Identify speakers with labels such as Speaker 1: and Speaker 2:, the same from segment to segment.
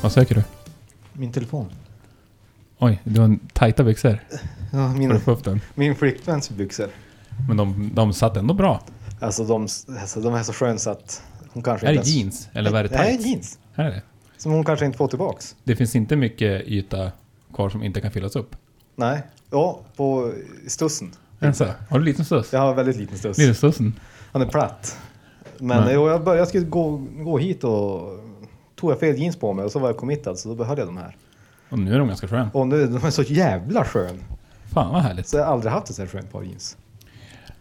Speaker 1: Vad söker du?
Speaker 2: Min telefon.
Speaker 1: Oj, du har en tajta byxor
Speaker 2: Ja,
Speaker 1: för
Speaker 2: min,
Speaker 1: att få upp den.
Speaker 2: min flickväns byxor.
Speaker 1: Men de, de satt ändå bra.
Speaker 2: Alltså de, alltså de är så sköna så att hon kanske
Speaker 1: Är det
Speaker 2: ens-
Speaker 1: jeans eller vad är det?
Speaker 2: Nej,
Speaker 1: tights?
Speaker 2: jeans.
Speaker 1: Här är det.
Speaker 2: Som hon kanske inte får tillbaks.
Speaker 1: Det finns inte mycket yta kvar som inte kan fyllas upp.
Speaker 2: Nej. Ja, på stussen.
Speaker 1: Alltså, har du liten stuss?
Speaker 2: Jag har väldigt liten stuss.
Speaker 1: Liten stussen?
Speaker 2: Han är platt. Men
Speaker 1: Nej.
Speaker 2: jo, jag, började, jag skulle gå, gå hit och tog jag fel jeans på mig och så var jag committad så då behöll jag de här.
Speaker 1: Och nu är de ganska sköna.
Speaker 2: Och nu, de är så jävla skön.
Speaker 1: Fan vad härligt.
Speaker 2: Så jag har aldrig haft ett så här skönt par jeans.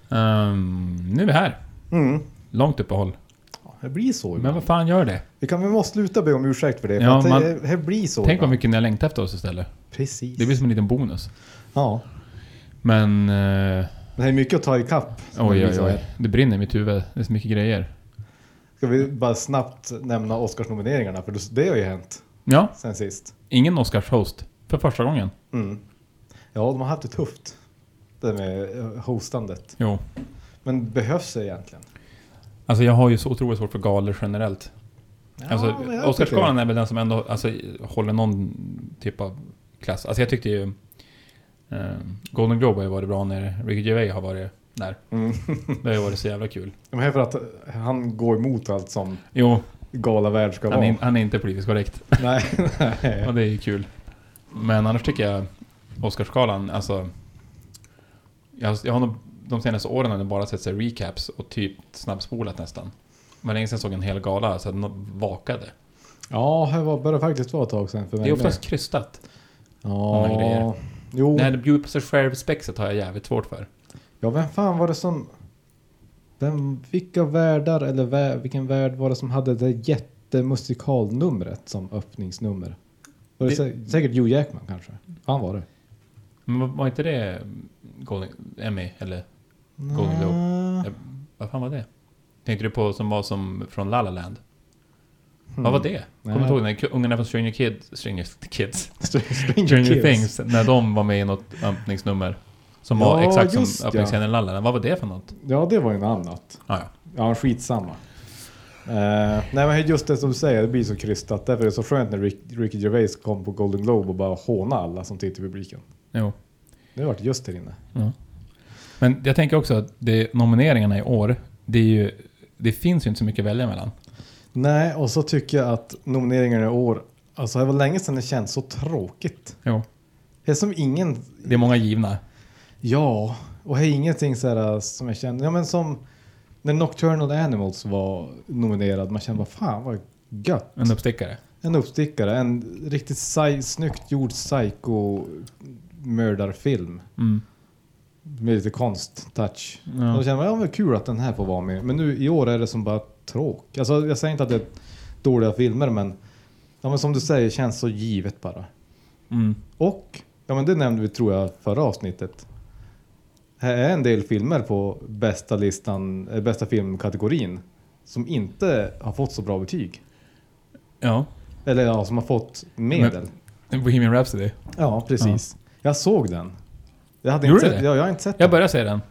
Speaker 1: Ehm, nu är vi här.
Speaker 2: Mm.
Speaker 1: Långt uppehåll.
Speaker 2: Ja, Det blir så
Speaker 1: Men
Speaker 2: ibland.
Speaker 1: vad fan gör det?
Speaker 2: Vi, kan, vi måste sluta be om ursäkt för det. För
Speaker 1: Ja,
Speaker 2: att det,
Speaker 1: man-
Speaker 2: det blir så
Speaker 1: Tänk vad
Speaker 2: ibland.
Speaker 1: mycket ni har längtat efter oss istället.
Speaker 2: Precis.
Speaker 1: Det blir som en liten bonus.
Speaker 2: Ja.
Speaker 1: Men... eh,
Speaker 2: Det här är mycket att ta Liksom. ikapp.
Speaker 1: oj, oj, oj. Det brinner i mitt huvud. Det är så mycket grejer.
Speaker 2: Ska vi bara snabbt nämna Oscarsnomineringarna? För det har ju hänt
Speaker 1: Ja,
Speaker 2: sen sist.
Speaker 1: ingen Oscars-host. För första gången.
Speaker 2: Mm. Ja, de har haft det tufft. Det med eh, hostandet.
Speaker 1: Jo.
Speaker 2: Men behövs det egentligen?
Speaker 1: Alltså jag har ju så otroligt svårt för galor generellt.
Speaker 2: Ja,
Speaker 1: Alltså,
Speaker 2: men jag
Speaker 1: Oscarsgalan är väl den som ändå alltså, håller någon typ av klass. Alltså jag tyckte ju... Eh, Golden Globe har ju varit bra när Ricky Gervais har varit där.
Speaker 2: tycker det. Mm.
Speaker 1: Det har ju varit så jävla kul.
Speaker 2: Men det är för att han går emot allt som
Speaker 1: Jo,
Speaker 2: galavärld ska
Speaker 1: han
Speaker 2: vara.
Speaker 1: är, han är inte politiskt korrekt.
Speaker 2: Nej,
Speaker 1: Och
Speaker 2: nej.
Speaker 1: det är ju kul. Men annars tycker jag Oscarsgalan, alltså... Jag, jag har nog, de senaste åren har jag bara sett så här recaps och typ snabbspolat nästan. Men länge sedan jag såg en hel gala, så att någon vakade.
Speaker 2: Ja, det var- började faktiskt vara ett tag sedan för mig.
Speaker 1: Det är oftast krystat. såna
Speaker 2: Ja,
Speaker 1: grejer.
Speaker 2: jo.
Speaker 1: Det här bjuda på sig själv-spexet har jag jävligt svårt för.
Speaker 2: Ja, vem fan var det som... Vem, vilka värdar eller vä, vilken värld var det som hade det jättemusikalnumret som öppningsnummer? Var
Speaker 1: Det-
Speaker 2: det, sä, säkert Hugh Jackman kanske? Han var det.
Speaker 1: Men var- var inte det Golden, Emmy, eller Golden Globe.
Speaker 2: Nä.
Speaker 1: Eh, vad fan var det? Tänkte du på som var som från La La Land?
Speaker 2: Hmm.
Speaker 1: Vad var det? Kommer
Speaker 2: Nej.
Speaker 1: du ihåg när k- ungarna från Stranger Kids, Stranger Kids,
Speaker 2: Stranger,
Speaker 1: Stranger
Speaker 2: Kids.
Speaker 1: Things, när de var med i något öppningsnummer? Som var
Speaker 2: Ja,
Speaker 1: exakt
Speaker 2: just
Speaker 1: som
Speaker 2: ja.
Speaker 1: öppningsscenen i La La Land. Vad var det för något?
Speaker 2: Ja, det var ju något annat.
Speaker 1: Ah, ja.
Speaker 2: Ja, skitsamma. Uh, nej men just det som du säger, det blir så krystat. Därför är det så skönt när Rick, Ricky Gervais kom på Golden Globe och bara hånade alla som tittar i publiken.
Speaker 1: Jo.
Speaker 2: Det vart just där inne.
Speaker 1: Ja. Men jag tänker också att det, nomineringarna i år, det, är ju, det finns ju inte så mycket att välja mellan.
Speaker 2: Nej, och så tycker jag att nomineringarna i år, alltså det var länge sedan det känns så tråkigt.
Speaker 1: Jo.
Speaker 2: Det är som ingen,
Speaker 1: Det är många givna.
Speaker 2: ja, och det är ingenting så här äh, som jag känner, ja men som när Nocturnal Animals var nominerad, man kände vad fan vad gött.
Speaker 1: En uppstickare.
Speaker 2: En uppstickare, en riktigt sci- snyggt gjord psycho-mördarfilm
Speaker 1: Mm.
Speaker 2: med lite konst-touch. Och
Speaker 1: Ja.
Speaker 2: då känner man, ja men kul att den här får vara med. Men nu i år är det som bara tråk. Alltså jag säger inte att det är dåliga filmer men, ja men som du säger känns så givet bara.
Speaker 1: Mm.
Speaker 2: Och, ja men det nämnde vi tror jag förra avsnittet. Här är en del filmer på bästa listan, eh, bästa filmkategorin som inte har fått så bra betyg.
Speaker 1: ja.
Speaker 2: Eller ja, som har fått medel.
Speaker 1: Bohemian Rhapsody.
Speaker 2: Ja, precis. Jag såg den. Jag, hade inte
Speaker 1: Gjorde du
Speaker 2: sett,
Speaker 1: det?
Speaker 2: ja, jag har inte sett
Speaker 1: Jag
Speaker 2: den.
Speaker 1: började se den.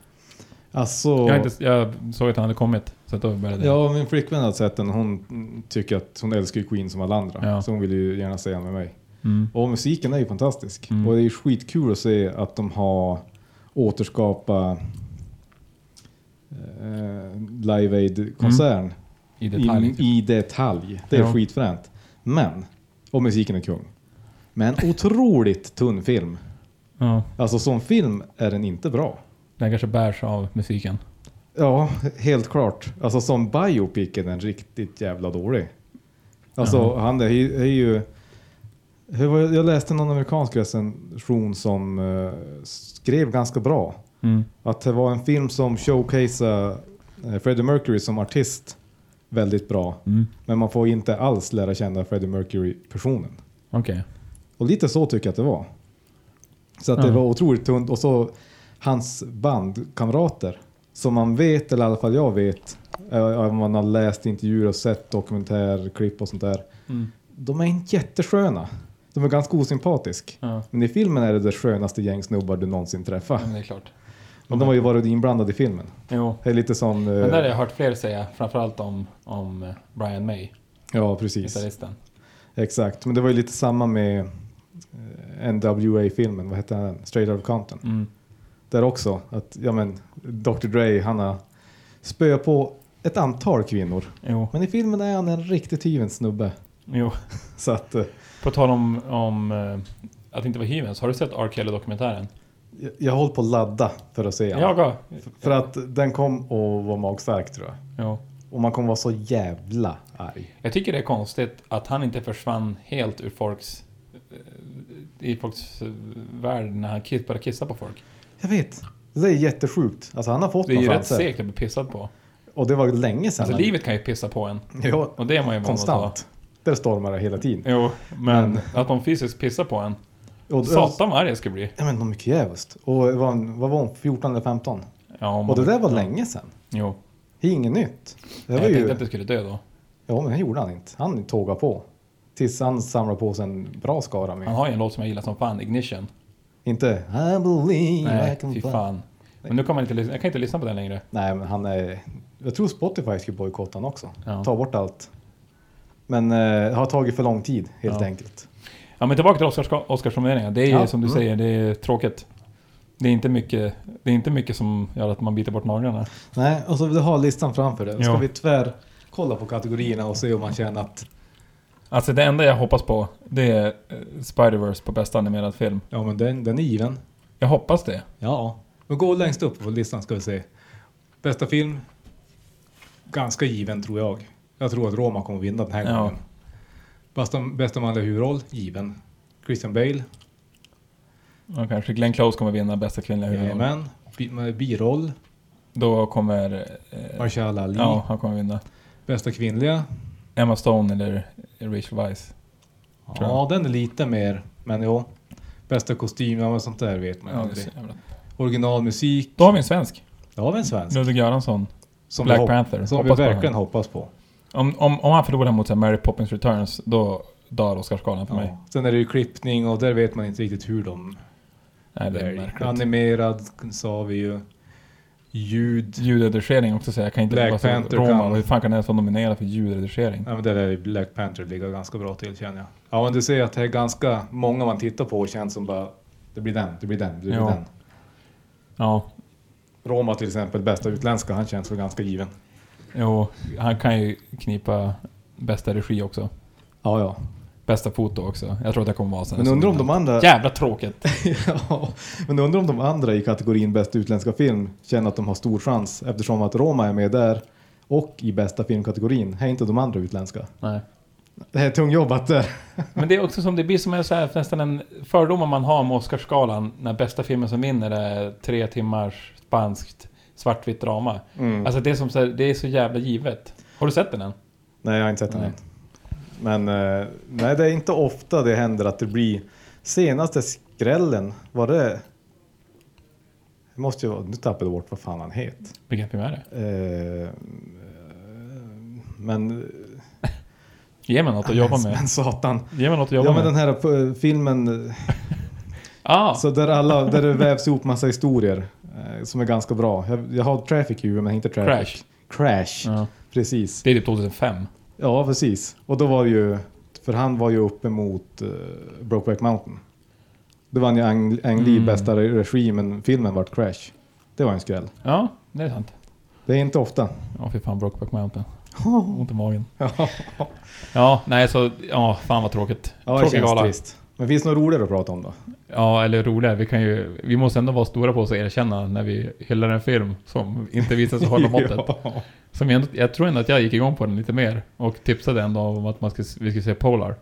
Speaker 2: Alltså,
Speaker 1: Jag, har inte, jag såg att han hade kommit, så att då började jag.
Speaker 2: ja, min flickvän hade sett den. Hon mm, tycker att hon älskar ju Queen som alla andra.
Speaker 1: Ja.
Speaker 2: Så hon vill ju gärna se den med mig.
Speaker 1: Mm.
Speaker 2: Och musiken är ju fantastisk.
Speaker 1: Mm.
Speaker 2: Och det är ju skitkul att se att de har återskapat eh, Live
Speaker 1: Mm.
Speaker 2: Aid-koncern
Speaker 1: I detalj. Typ.
Speaker 2: i, i detalj. Det är
Speaker 1: Ja.
Speaker 2: skitfränt. Men, och musiken är kung. Men otroligt tunn film.
Speaker 1: Ja.
Speaker 2: Alltså som film är den inte bra.
Speaker 1: Den kanske bärs av musiken.
Speaker 2: Ja, helt klart. Alltså som biopic är den riktigt jävla dålig. Alltså
Speaker 1: Jaha.
Speaker 2: han är, ju- är ju... hur var- Jag läste någon amerikansk recension som eh, skrev ganska bra.
Speaker 1: Mm.
Speaker 2: Att det var en film som showcaseade eh, Freddie Mercury som artist väldigt bra.
Speaker 1: Mm.
Speaker 2: Men man får inte alls lära känna Freddie Mercury-personen.
Speaker 1: Okej.
Speaker 2: Och lite så tycker jag att det var. Så att det
Speaker 1: Ja.
Speaker 2: var otroligt tunt. Och så hans bandkamrater som man vet, eller i alla fall jag vet, eh, om man har läst intervjuer och sett dokumentärklipp och sånt där.
Speaker 1: Mm.
Speaker 2: De är inte jättesköna. De är ganska osympatisk.
Speaker 1: Ja.
Speaker 2: Men i filmen är det det skönaste gäng snubbar du någonsin träffar.
Speaker 1: men det är klart.
Speaker 2: Men de har ju varit inblandade i filmen.
Speaker 1: Jo.
Speaker 2: Det är lite som... eh,
Speaker 1: Men där har jag hört fler säga, framförallt om, om eh, Brian May,
Speaker 2: Ja, precis.
Speaker 1: gitarristen.
Speaker 2: Exakt, men det var ju lite samma med eh, NWA-filmen, vad hette den? Straight Outta Compton.
Speaker 1: Mm.
Speaker 2: Där också, att ja men Dr Dre, han har spöat på ett antal kvinnor.
Speaker 1: Jo.
Speaker 2: Men i filmen är han en riktigt hyvens snubbe.
Speaker 1: jo.
Speaker 2: Så att, eh,
Speaker 1: På tal om, om eh, att inte vara hyvens, har du sett R. Kelly-dokumentären?
Speaker 2: jag, jag håller på att ladda för att se honom.
Speaker 1: Jag också.
Speaker 2: För att den kom och var magstark tror jag.
Speaker 1: Jo.
Speaker 2: Och man kommer vara så jävla arg.
Speaker 1: Jag tycker det är konstigt att han inte försvann helt ur folks eh, i folks eh, värld när han kiss- började kissa på folk.
Speaker 2: Jag vet. Det där är jättesjukt. Alltså han har fått
Speaker 1: Det är ju
Speaker 2: några
Speaker 1: rätt
Speaker 2: chanser.
Speaker 1: segt att bli pissad på.
Speaker 2: Och det var länge sedan.
Speaker 1: Alltså
Speaker 2: han-
Speaker 1: livet kan ju pissa på en.
Speaker 2: Ja,
Speaker 1: Och det är man ju van att ta.
Speaker 2: konstant. Där stormar det hela tiden.
Speaker 1: Jo, men,
Speaker 2: Men-
Speaker 1: att de fysiskt pissar på en.
Speaker 2: Och,
Speaker 1: Satan vad arg jag skulle bli.
Speaker 2: Ja men de är mycket jävligt. Och vad var hon- vad var hon, 14 eller 15?
Speaker 1: Ja, om
Speaker 2: Och det
Speaker 1: man-
Speaker 2: där var länge sedan.
Speaker 1: Jo.
Speaker 2: Det är inget nytt. Det
Speaker 1: Nej,
Speaker 2: var
Speaker 1: jag
Speaker 2: ju...
Speaker 1: tänkte att du skulle dö då.
Speaker 2: Ja men det gjorde han inte. Han tågade på. Tills han samlade på sig en bra skara med.
Speaker 1: Han har ju en låt som jag gillar som fan, Ignition.
Speaker 2: Inte I believe I
Speaker 1: Nej,
Speaker 2: can
Speaker 1: fy
Speaker 2: fly.
Speaker 1: fan. Men nu kan man inte lyssna, jag kan inte lyssna på den längre.
Speaker 2: Nej men han är... Jag tror Spotify skulle bojkotta honom också.
Speaker 1: Ja.
Speaker 2: Ta bort allt. Men eh, det har tagit för lång tid helt
Speaker 1: Ja.
Speaker 2: enkelt.
Speaker 1: Ja, men tillbaka till Oscars, Oscarsnomineringar. Det är
Speaker 2: Ja,
Speaker 1: som du
Speaker 2: mm.
Speaker 1: säger, det är tråkigt. Det är, inte mycket, det är inte mycket som gör att man biter bort naglarna.
Speaker 2: Nej, och så vill du ha listan framför dig. Ska
Speaker 1: Ja.
Speaker 2: vi tvär kolla på kategorierna och se om man känner att
Speaker 1: Alltså det enda jag hoppas på, det är eh, Spider-Verse på bästa animerad film.
Speaker 2: ja men den, den är given.
Speaker 1: Jag hoppas det.
Speaker 2: Ja, men gå längst upp på listan ska vi se. Bästa film? Ganska given tror jag. Jag tror att Roma kommer vinna den här
Speaker 1: Ja.
Speaker 2: gången. Bästa, bästa manliga huvudroll? Given. Christian Bale?
Speaker 1: Och kanske Glenn Close kommer vinna bästa kvinnliga huvudroll.
Speaker 2: Jajamän. Bi- med Biroll?
Speaker 1: Då kommer... Eh,
Speaker 2: Mahershala Ali?
Speaker 1: ja, han kommer vinna.
Speaker 2: Bästa kvinnliga?
Speaker 1: Emma Stone eller Rachel Weisz. Tror
Speaker 2: Ja, den är lite mer, men jo. Bästa kostym, ja men sånt där vet man
Speaker 1: Ja, det är
Speaker 2: aldrig.
Speaker 1: så jävla-
Speaker 2: Originalmusik?
Speaker 1: Då har vi en svensk.
Speaker 2: Det har vi en svensk.
Speaker 1: Ludvig Göransson.
Speaker 2: Som
Speaker 1: Black
Speaker 2: vi hop-
Speaker 1: Panther.
Speaker 2: Som
Speaker 1: Hoppas på
Speaker 2: vi
Speaker 1: den.
Speaker 2: verkligen hoppas på.
Speaker 1: Om, om, om han förlorar mot så här, Mary Poppins Returns, då dör Oscarsgalan för mig.
Speaker 2: Ja. Sen är det ju klippning och där vet man inte riktigt hur de
Speaker 1: Nej, det är
Speaker 2: Välj.
Speaker 1: märkligt.
Speaker 2: Animerad sa vi ju. Ljud.
Speaker 1: Ljudredigering också säga. Jag kan inte
Speaker 2: Black
Speaker 1: vara så
Speaker 2: Panther
Speaker 1: Roma,
Speaker 2: kan-
Speaker 1: Hur fan kan den ens vara nominerad för ljudredigering?
Speaker 2: Ja, men där är Black Panther ligger ganska bra till känner jag. Ja men du ser att det är ganska många man tittar på och känns som bara det blir den, det blir den, det blir
Speaker 1: Ja.
Speaker 2: den.
Speaker 1: Ja,
Speaker 2: Roma till exempel, bästa utländska, han känns väl ganska given.
Speaker 1: jo, han kan ju knipa bästa regi också.
Speaker 2: Ja ja. Alltså,
Speaker 1: Bästa foto också. Jag tror att det kommer vara sen.
Speaker 2: Men undrar om de andra...
Speaker 1: Jävla tråkigt!
Speaker 2: ja, men undrar om de andra i kategorin bästa utländska film känner att de har stor chans eftersom att Roma är med där och i bästa filmkategorin. Här är inte de andra utländska.
Speaker 1: Nej.
Speaker 2: Det här är tungjobbat där.
Speaker 1: Men det är också som det blir som en så här, nästan en fördomar man har om Oscarsgalan när bästa filmen som vinner är tre timmars spanskt svartvitt drama.
Speaker 2: Mm.
Speaker 1: Alltså det är, som så här, det är så jävla givet. Har du sett den än?
Speaker 2: Nej, jag har inte sett den
Speaker 1: Nej.
Speaker 2: än. Men eh, nej, det är inte ofta det händer att det blir senaste skrällen. Var det? det måste ju vara, nu tappade jag bort vad fan han het.
Speaker 1: Vilken film är det?
Speaker 2: Eh, men,
Speaker 1: Ge mig något att jobba med.
Speaker 2: men satan.
Speaker 1: Ge mig något att jobba
Speaker 2: Ja men
Speaker 1: med.
Speaker 2: den här eh, filmen eh,
Speaker 1: Ah,
Speaker 2: så där, alla, där det vävs ihop massa historier eh, som är ganska bra. Jag, jag har Traffic i huvudet men inte Traffic.
Speaker 1: Crash.
Speaker 2: Crash.
Speaker 1: Ja.
Speaker 2: Precis.
Speaker 1: Det är typ 2005.
Speaker 2: Ja, precis. Och då var det ju, för han var ju uppe mot eh, Brokeback Mountain. Det vann ju Ang, Ang Lee
Speaker 1: Mm.
Speaker 2: bästa regi, men filmen vart Crash. Det var en skräll.
Speaker 1: Ja, det är sant.
Speaker 2: Det är inte ofta.
Speaker 1: Ja, fy fan, Brokeback Mountain.
Speaker 2: ja,
Speaker 1: Ont i magen.
Speaker 2: det
Speaker 1: Ja, nej så, ja, fan vad tråkigt. Tråkig
Speaker 2: känns
Speaker 1: gala.
Speaker 2: trist. Men finns det något roligare att prata om då?
Speaker 1: Ja, eller roligare. Vi kan ju, vi måste ändå vara stora på oss och erkänna när vi hyllar en film som inte visar sig hålla måttet.
Speaker 2: ja.
Speaker 1: Som jag, ändå- jag tror ändå att jag gick igång på den lite mer och tipsade ändå om att man ska, vi skulle se Polar.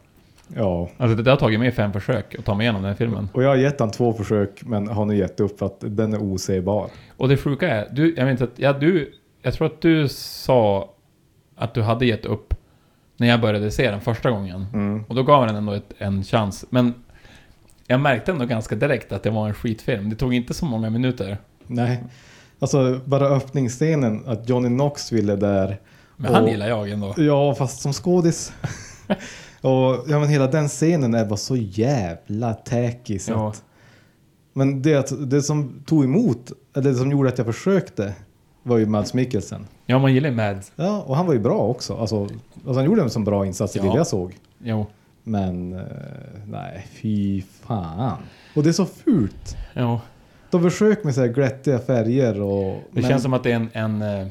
Speaker 2: ja.
Speaker 1: Alltså det där har tagit mig fem försök att ta mig igenom den här filmen.
Speaker 2: Och jag har gett han två försök, men har nu gett upp för att den är osägbar.
Speaker 1: Och det sjuka är, du, jag minns att, ja du, jag tror att du sa att du hade gett upp när jag började se den första gången.
Speaker 2: Mm.
Speaker 1: Och då gav jag den ändå ett, en chans. Men jag märkte ändå ganska direkt att det var en skitfilm. Det tog inte så många minuter.
Speaker 2: Nej. Alltså, bara öppningsscenen att Johnny Knoxville är där
Speaker 1: Men han
Speaker 2: Och-
Speaker 1: gillar jag ändå.
Speaker 2: Ja, fast som skådis. och ja, men hela den scenen är bara så jävla tacky. Så
Speaker 1: Ja.
Speaker 2: att, men det, att- det som tog emot, eller det som gjorde att jag försökte, var ju Mads Mikkelsen.
Speaker 1: Ja, man gillar ju Mads.
Speaker 2: Ja, och han var ju bra också. Alltså, alltså han gjorde en sån bra insats i det
Speaker 1: Ja.
Speaker 2: jag såg.
Speaker 1: Jo.
Speaker 2: Men eh, nej, fy fan. Och det är så fult.
Speaker 1: Jo.
Speaker 2: De försöker med så här glättiga färger och...
Speaker 1: Det känns som att det är en, en, eh,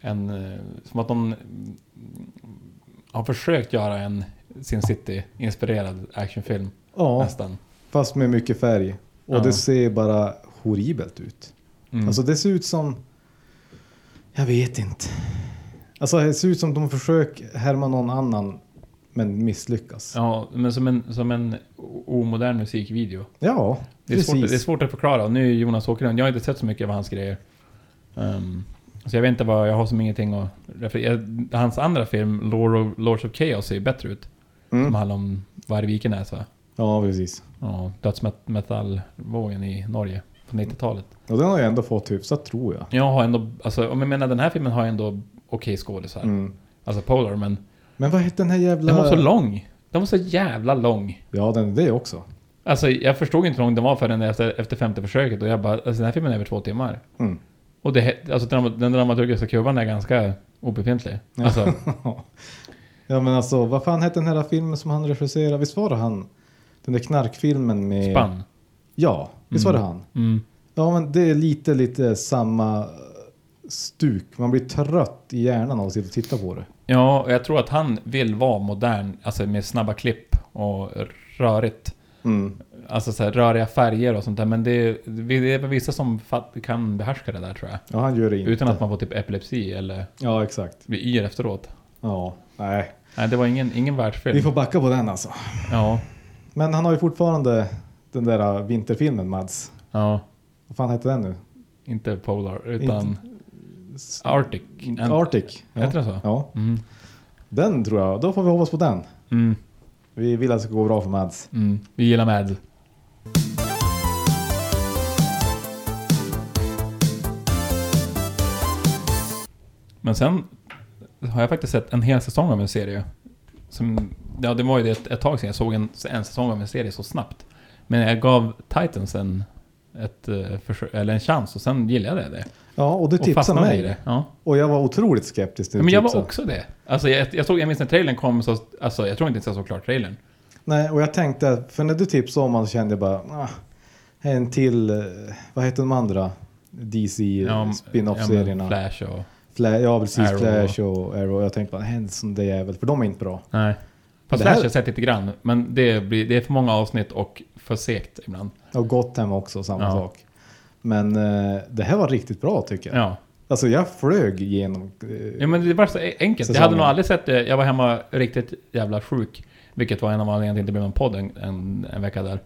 Speaker 1: en... eh, Som att de mm, har försökt göra en Sin City-inspirerad actionfilm.
Speaker 2: Ja,
Speaker 1: Nästan.
Speaker 2: fast med mycket färg. Och
Speaker 1: Ja.
Speaker 2: det ser bara horribelt ut.
Speaker 1: Mm.
Speaker 2: Alltså det ser ut som... Jag vet inte. Alltså det ser ut som de försöker härma någon annan men misslyckas. Ja,
Speaker 1: Ja, men som en, som en o- omodern musikvideo. Det är,
Speaker 2: precis.
Speaker 1: svårt, det är svårt att förklara. Och Nu är Jonas Åkerlund, jag har inte sett så mycket av hans grejer. Ehm, så jag vet inte vad, jag har som ingenting att referera. Hans andra film, Lord of, Lords of Chaos, ser ju bättre ut. Som
Speaker 2: Mm.
Speaker 1: handlar om Vargviken är så.
Speaker 2: Ja, precis.
Speaker 1: Ja, dödsmetallvågen i Norge på 90-talet.
Speaker 2: Och den har jag ändå fått hyfsat tror jag.
Speaker 1: Jag har ändå, alltså om jag menar den här filmen har jag ändå okej skådisar.
Speaker 2: Mm.
Speaker 1: Alltså Polar, men
Speaker 2: Men vad hette den här jävla...
Speaker 1: den var så lång. Den var så jävla lång.
Speaker 2: Ja, den det också.
Speaker 1: Alltså jag förstod inte hur lång den var förrän efter, efter femte försöket och jag bara, alltså den här filmen är över två timmar.
Speaker 2: Mm.
Speaker 1: Och det, alltså drama- den dramaturgiska kurvan är ganska obefintlig. Alltså,
Speaker 2: ja, men alltså vad fan hette den här filmen som han regisserade? Visst var det han? Den där knarkfilmen med...
Speaker 1: spann.
Speaker 2: Ja, visst var det
Speaker 1: Mm.
Speaker 2: han?
Speaker 1: Mm.
Speaker 2: Ja, men det är lite, lite samma stuk. Man blir trött i hjärnan av att sitta och titta på det.
Speaker 1: Ja, och jag tror att han vill vara modern, alltså med snabba klipp och rörigt. Alltså så här, röriga färger och sånt där. Men det, det är väl vissa som fatt, kan behärska det där tror jag.
Speaker 2: Ja, han gör det inte.
Speaker 1: Utan att man får typ epilepsi eller
Speaker 2: Ja, exakt.
Speaker 1: blir yr efteråt.
Speaker 2: Ja, nej.
Speaker 1: Nej, det var ingen, ingen världsfilm.
Speaker 2: Vi får backa på den alltså.
Speaker 1: Ja,
Speaker 2: Men han har ju fortfarande den där äh, vinterfilmen Mads.
Speaker 1: ja.
Speaker 2: Vad fan hette den nu?
Speaker 1: Inte Polar, utan
Speaker 2: S-
Speaker 1: Arctic.
Speaker 2: Arctic.
Speaker 1: Heter den så?
Speaker 2: ja,
Speaker 1: Mm.
Speaker 2: den tror jag. Då får vi hoppas på den.
Speaker 1: Mm.
Speaker 2: Vi vill att det ska gå bra för Mads.
Speaker 1: Mm. Vi gillar Mad. Men sen har jag faktiskt sett en hel säsong av en serie. Som, ja, det var ju det ett, ett tag sedan jag såg en, en säsong av en serie så snabbt. Men jag gav Titans en, ett, eh, försö- eller en chans och sen gillade jag det.
Speaker 2: Ja, och du
Speaker 1: Och
Speaker 2: tipsade
Speaker 1: fastnade i
Speaker 2: mig.
Speaker 1: det. Ja.
Speaker 2: Och jag var otroligt skeptisk till
Speaker 1: Men jag var
Speaker 2: tipsen.
Speaker 1: också det. Alltså, jag, jag, såg, jag minns när trailern kom, så, alltså, jag tror inte ens jag såg klart trailern.
Speaker 2: Nej, och jag tänkte, för när du tipsade om honom så kände jag bara, ah, en till, eh, vad heter de andra
Speaker 1: om-
Speaker 2: DC-spin-off-serierna?
Speaker 1: Ja, men Flash och...
Speaker 2: Fla- ja, precis.
Speaker 1: Arrow.
Speaker 2: Flash och Arrow. Jag tänkte bara, en sån där jävel, för de är inte bra.
Speaker 1: Nej. Fast
Speaker 2: Det
Speaker 1: Flash
Speaker 2: här-
Speaker 1: har jag sett lite grann, men det, blir, det är för många avsnitt och för segt ibland.
Speaker 2: Och Gotham också, samma
Speaker 1: Ja.
Speaker 2: sak. Men eh, det här var riktigt bra tycker jag.
Speaker 1: Ja.
Speaker 2: Alltså jag flög genom... eh,
Speaker 1: ja, men det var så e- enkelt. Jag hade
Speaker 2: Säsongen.
Speaker 1: nog aldrig sett det. Jag var hemma riktigt jävla sjuk, vilket var en av anledningarna till att det blev någon podd en, en, en vecka där.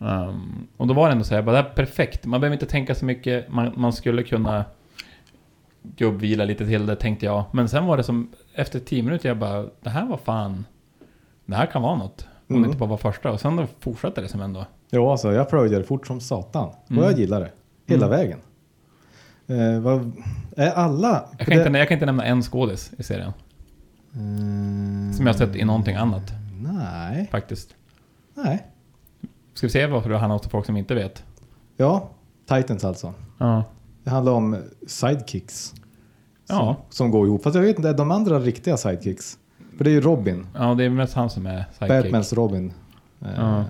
Speaker 1: Ehm, och då var det ändå så här, bara, det här är perfekt. Man behöver inte tänka så mycket. Man, man skulle kunna gubbvila lite till det, tänkte jag. Men sen var det som, efter tio minuter, jag bara, det här var fan, det här kan vara något. Om
Speaker 2: Mm.
Speaker 1: det inte bara var första. Och sen då fortsatte det som ändå.
Speaker 2: Ja, alltså jag plöjde det fort som satan.
Speaker 1: Mm.
Speaker 2: Och jag gillade det. Hela
Speaker 1: Mm.
Speaker 2: vägen. Eh, vad, är alla...
Speaker 1: Jag kan, inte, jag kan inte nämna en skådis i serien.
Speaker 2: Eh,
Speaker 1: Som jag har sett i någonting annat,
Speaker 2: Nej,
Speaker 1: faktiskt.
Speaker 2: nej.
Speaker 1: Ska vi se varför det handlar om folk som inte vet?
Speaker 2: Ja, Titans alltså.
Speaker 1: Ja.
Speaker 2: Det handlar om sidekicks. Som,
Speaker 1: Ja,
Speaker 2: som går ihop. Fast jag vet inte, är de andra riktiga sidekicks? För det är ju Robin.
Speaker 1: ja det är mest han som är sidekick.
Speaker 2: Batmans Robin. Eh,
Speaker 1: Ja.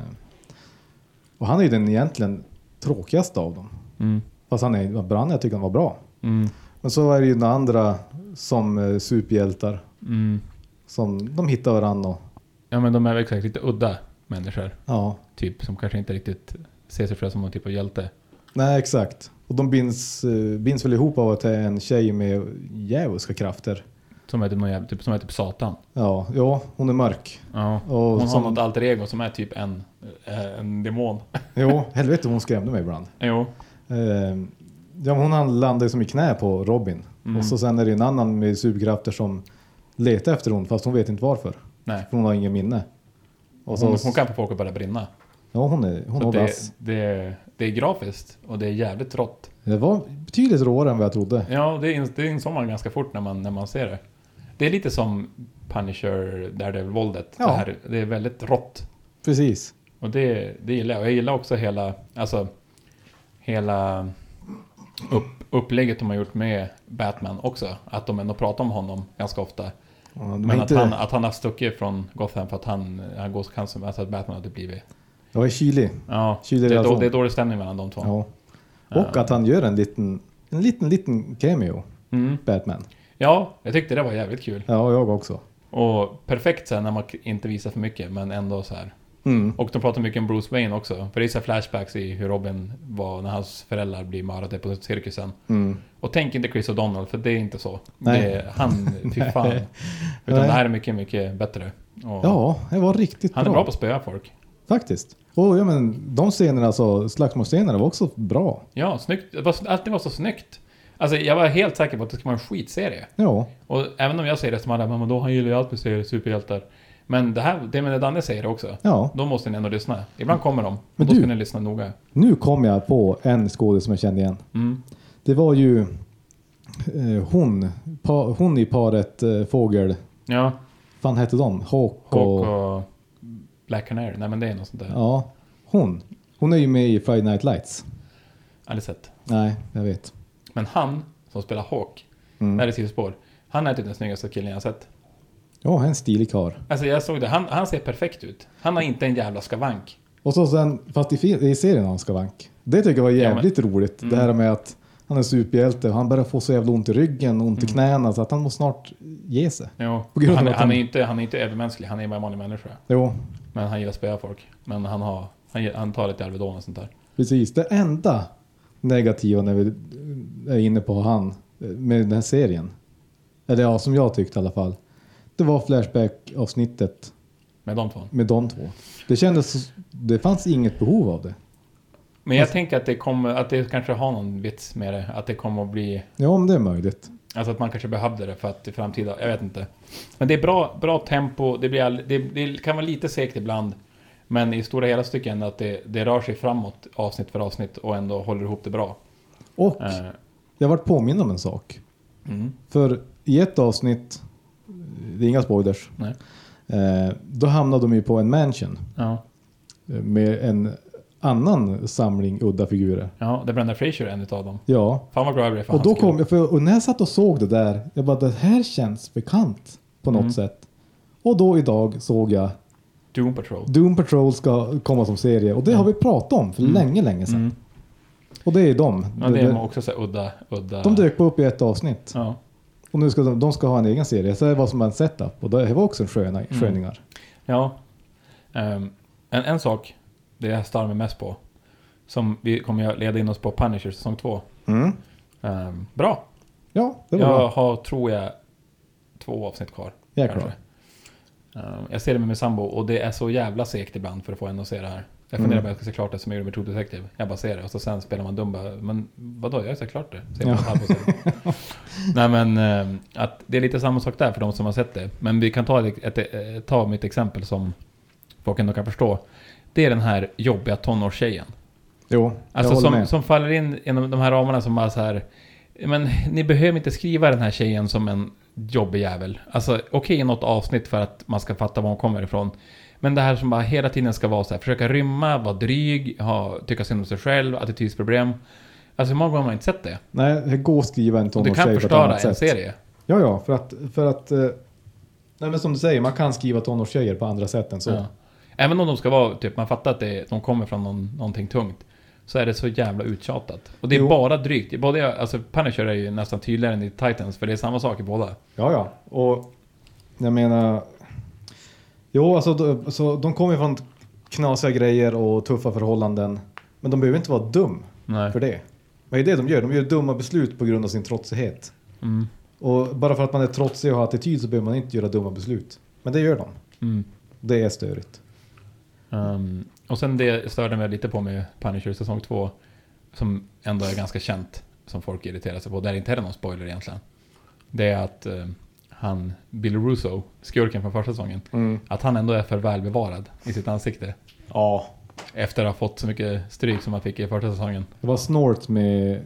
Speaker 2: Och han är ju den egentligen tråkigaste av dem.
Speaker 1: Mm.
Speaker 2: Fast han är, brann, jag tycker han var bra.
Speaker 1: Mm.
Speaker 2: Men så är det ju några andra som eh, superhjältar.
Speaker 1: Mm.
Speaker 2: Som de hittar varandra och,
Speaker 1: Ja, men de är väl exakt lite udda människor.
Speaker 2: ja.
Speaker 1: Typ, som kanske inte riktigt ser sig själv som någon typ av hjälte.
Speaker 2: Nej, exakt. Och de binds, eh, binds väl ihop av att det är en tjej med djävulska krafter.
Speaker 1: Som är typ, någon jävla, typ, som är typ Satan.
Speaker 2: Ja, ja, hon är mörk.
Speaker 1: Ja.
Speaker 2: Och
Speaker 1: Hon
Speaker 2: som,
Speaker 1: har något alter ego som är typ en, eh, en demon.
Speaker 2: Jo, helvete hon skrämde mig ibland.
Speaker 1: jo.
Speaker 2: Eh, ja, men hon landade som i knä på Robin.
Speaker 1: Mm.
Speaker 2: Och så sen är det en annan med superkrafter som letar efter hon fast hon vet inte varför.
Speaker 1: Nej.
Speaker 2: För hon har ingen minne. Och så,
Speaker 1: Hon, hon kan få folk att börja brinna.
Speaker 2: Ja, hon är, hon
Speaker 1: Så
Speaker 2: är
Speaker 1: att det,
Speaker 2: vass.
Speaker 1: det, det är grafiskt och det är jävligt rått.
Speaker 2: Det var betydligt råare än vad jag trodde.
Speaker 1: Ja, det, ins- det insåg man ganska fort när man, när man ser det. Det är lite som Punisher, Daredevil-våldet.
Speaker 2: Ja.
Speaker 1: Det, här, det är väldigt rått.
Speaker 2: Precis.
Speaker 1: Och det, det gillar jag. Jag gillar också hela, alltså, hela upp, upplägget de har gjort med Batman också. Att de ändå pratar om honom ganska ofta.
Speaker 2: Ja, de är
Speaker 1: Men
Speaker 2: inte,
Speaker 1: att, han, att han har stuckit från Gotham för att han, han går så cancer, alltså att Batman hade blivit...
Speaker 2: jag är kylig.
Speaker 1: Ja, det
Speaker 2: Kylig
Speaker 1: är, då,
Speaker 2: relation.
Speaker 1: det är dålig stämning mellan de två.
Speaker 2: Ja. Och
Speaker 1: Ja.
Speaker 2: att han gör en liten, en liten, liten cameo,
Speaker 1: Mm.
Speaker 2: Batman.
Speaker 1: ja, jag tyckte det var jävligt kul.
Speaker 2: Ja, och jag också.
Speaker 1: Och perfekt sen när man k- inte visar för mycket, men ändå så här.
Speaker 2: Mm.
Speaker 1: Och de pratar mycket om Bruce Wayne också. För det är så här flashbacks i hur Robin var när hans föräldrar blir mördade på cirkusen.
Speaker 2: Mm.
Speaker 1: Och tänk inte Chris O'Donnell, för det är inte så.
Speaker 2: Nej.
Speaker 1: Det är han, fy fan. Utan
Speaker 2: Nej.
Speaker 1: det här är mycket, mycket bättre. Och
Speaker 2: Ja, det var riktigt
Speaker 1: han är
Speaker 2: bra.
Speaker 1: bra på att spöa folk.
Speaker 2: Faktiskt. Och ja, men de scenerna, alltså slagsmålscenerna var också bra.
Speaker 1: Ja, snyggt. Det var, allt det var så snyggt. Alltså jag var helt säker på att det skulle vara en skitserie.
Speaker 2: Ja,
Speaker 1: Och även om jag säger det som alla, men då han gillar ju allt med serier, superhjältar. Men det här, det med det Danne säger också.
Speaker 2: ja. Mm.
Speaker 1: Då måste ni ändå lyssna. Ibland kommer de. Men
Speaker 2: Men
Speaker 1: då
Speaker 2: du-
Speaker 1: ska ni lyssna noga.
Speaker 2: Nu kom jag på en skådespelare som jag kände igen.
Speaker 1: Mm.
Speaker 2: Det var ju eh, hon, pa, hon i paret eh, Fågel.
Speaker 1: Ja,
Speaker 2: fan hette de? Hawk
Speaker 1: Hawk
Speaker 2: och...
Speaker 1: och Black Canary. Nej men det är något sånt där. Ja.
Speaker 2: Ja, hon. Hon är ju med i Friday Night Lights.
Speaker 1: Aldrig sett.
Speaker 2: Nej, jag vet.
Speaker 1: Men han som spelar Hawk,
Speaker 2: Mm.
Speaker 1: det här är sidospår. Han är typ den snyggaste killen jag har sett.
Speaker 2: Ja, en stilig kar.
Speaker 1: Alltså jag såg det, han, han ser perfekt ut. Han har inte en jävla skavank.
Speaker 2: Och så sen, fast i, fil- i serien har han skavank. Det tycker jag var jävligt roligt. Det här med att han är superhjälte och han börjar få så jävla ont i ryggen och ont i knäna så att han måste snart ge sig.
Speaker 1: Jo.
Speaker 2: På grund av
Speaker 1: Han,
Speaker 2: att
Speaker 1: han, är
Speaker 2: han-
Speaker 1: inte, han är inte övermänsklig, han är bara en vanlig människa.
Speaker 2: Jo,
Speaker 1: Men han gillar att spöa folk. Men han, har, han, gill- han tar lite Alvedon och sånt där.
Speaker 2: precis. Det enda negativa när vi är inne på han eh, med den här serien, eller ja, som jag tyckte i alla fall, det var Flashback-avsnittet
Speaker 1: Med de två.
Speaker 2: med de två. Det kändes, det fanns inget behov av det.
Speaker 1: Men jag tänker att det kommer, att det kanske har någon vits med det. Att det kommer att bli,
Speaker 2: Ja, om det är möjligt.
Speaker 1: alltså att man kanske behövde det för att i framtida, jag vet inte. Men det är bra, bra tempo, det, blir all, det, det kan vara lite segt ibland. Men i stora hela stycken att det, det rör sig framåt avsnitt för avsnitt och ändå håller ihop det bra.
Speaker 2: Och
Speaker 1: Eh,
Speaker 2: jag vart påmind om en sak.
Speaker 1: mm,
Speaker 2: För i ett avsnitt, det är inga spoilers,
Speaker 1: nej.
Speaker 2: eh, då hamnade de ju på en mansion
Speaker 1: Ja.
Speaker 2: eh, med en annan samling udda figurer.
Speaker 1: ja, det är Brenda Fraser en utav dem.
Speaker 2: Ja,
Speaker 1: Fan vad glad jag blev för
Speaker 2: och
Speaker 1: hans
Speaker 2: då
Speaker 1: skull.
Speaker 2: kom jag, för, och när jag satt och såg det där, jag bara det här känns bekant på något
Speaker 1: Mm.
Speaker 2: sätt. Och då idag såg jag
Speaker 1: Doom Patrol.
Speaker 2: Doom Patrol ska komma som serie och det har vi pratat om för länge, länge sedan.
Speaker 1: Mm.
Speaker 2: Och det är de.
Speaker 1: Ja, det är också så här udda, udda...
Speaker 2: de dök bara upp i ett avsnitt.
Speaker 1: Ja.
Speaker 2: Och nu ska de, de ska ha en egen serie. Så det var som en setup. Och det var också en sköna,
Speaker 1: Mm.
Speaker 2: sköningar.
Speaker 1: Ja. Ehm, en, en sak, det jag stör mig mest på, som vi kommer att leda in oss på Punisher säsong 2.
Speaker 2: Mm.
Speaker 1: Ehm, bra.
Speaker 2: Ja, det
Speaker 1: Jag
Speaker 2: var bra.
Speaker 1: har, tror jag, två avsnitt kvar.
Speaker 2: Jäklar.
Speaker 1: kanske. Ehm, jag ser det med min sambo och det är så jävla segt ibland för att få henne att se det här. Jag funderar
Speaker 2: Mm.
Speaker 1: på att jag ska se klart det som jag gjorde med True Detective. Jag bara ser det och så sen spelar man dum bara, men vadå, jag har sett klart det. Ser
Speaker 2: Ja.
Speaker 1: ja. Nej men, ehm, att det är lite samma sak där för de som har sett det. Men vi kan ta, ett, ett, eh, ta mitt exempel som folk ändå kan förstå. Det är den här jobbiga tonårstjejen.
Speaker 2: Jo,
Speaker 1: Alltså
Speaker 2: jag håller
Speaker 1: som,
Speaker 2: med.
Speaker 1: som faller in genom de här ramarna som bara så här. Men ni behöver inte skriva den här tjejen som en jobbig jävel. Alltså okej i något avsnitt för att man ska fatta var hon kommer ifrån. Men det här som bara hela tiden ska vara så här, försöka rymma, vara dryg, ha, tycka synd om sig själv, attitydsproblem. Alltså hur många gånger har man inte sett det?
Speaker 2: Nej, det går att skriva en
Speaker 1: Och du
Speaker 2: tonårstjej
Speaker 1: kan
Speaker 2: på ett
Speaker 1: förstöra
Speaker 2: annat
Speaker 1: en
Speaker 2: sätt.
Speaker 1: serie.
Speaker 2: Ja, ja, för att... För att eh, nej, men som du säger, man kan skriva tonårstjejer på andra sätt än så.
Speaker 1: Ja. Även om de ska vara, typ, man fattar att det, de kommer från någon, någonting tungt. Så är det så jävla uttjatat. Och det är
Speaker 2: Jo.
Speaker 1: bara drygt. Både, alltså Punisher är ju nästan tydligare än i Titans, för det är samma sak i båda.
Speaker 2: Ja, ja. Och jag menar... Jo, alltså de, så de kommer från knasiga grejer och tuffa förhållanden. Men de behöver inte vara dum
Speaker 1: Nej.
Speaker 2: för det. Vad är det de gör? De gör dumma beslut på grund av sin trotsighet.
Speaker 1: Mm.
Speaker 2: Och bara för att man är trotsig och har attityd så behöver man inte göra dumma beslut. Men det gör de.
Speaker 1: Mm.
Speaker 2: Det är störigt.
Speaker 1: Ehm, och sen det störde mig lite på med Punisher säsong 2. Som ändå är ganska känt. Som folk irriterar sig på. Där inte är det någon spoiler egentligen. Det är att eh, han, Bill Russo, skurken från första säsongen. Att han ändå är för välbevarad i sitt ansikte.
Speaker 2: Ja.
Speaker 1: Efter att ha fått så mycket stryk som han fick i första säsongen.
Speaker 2: Det var snort med...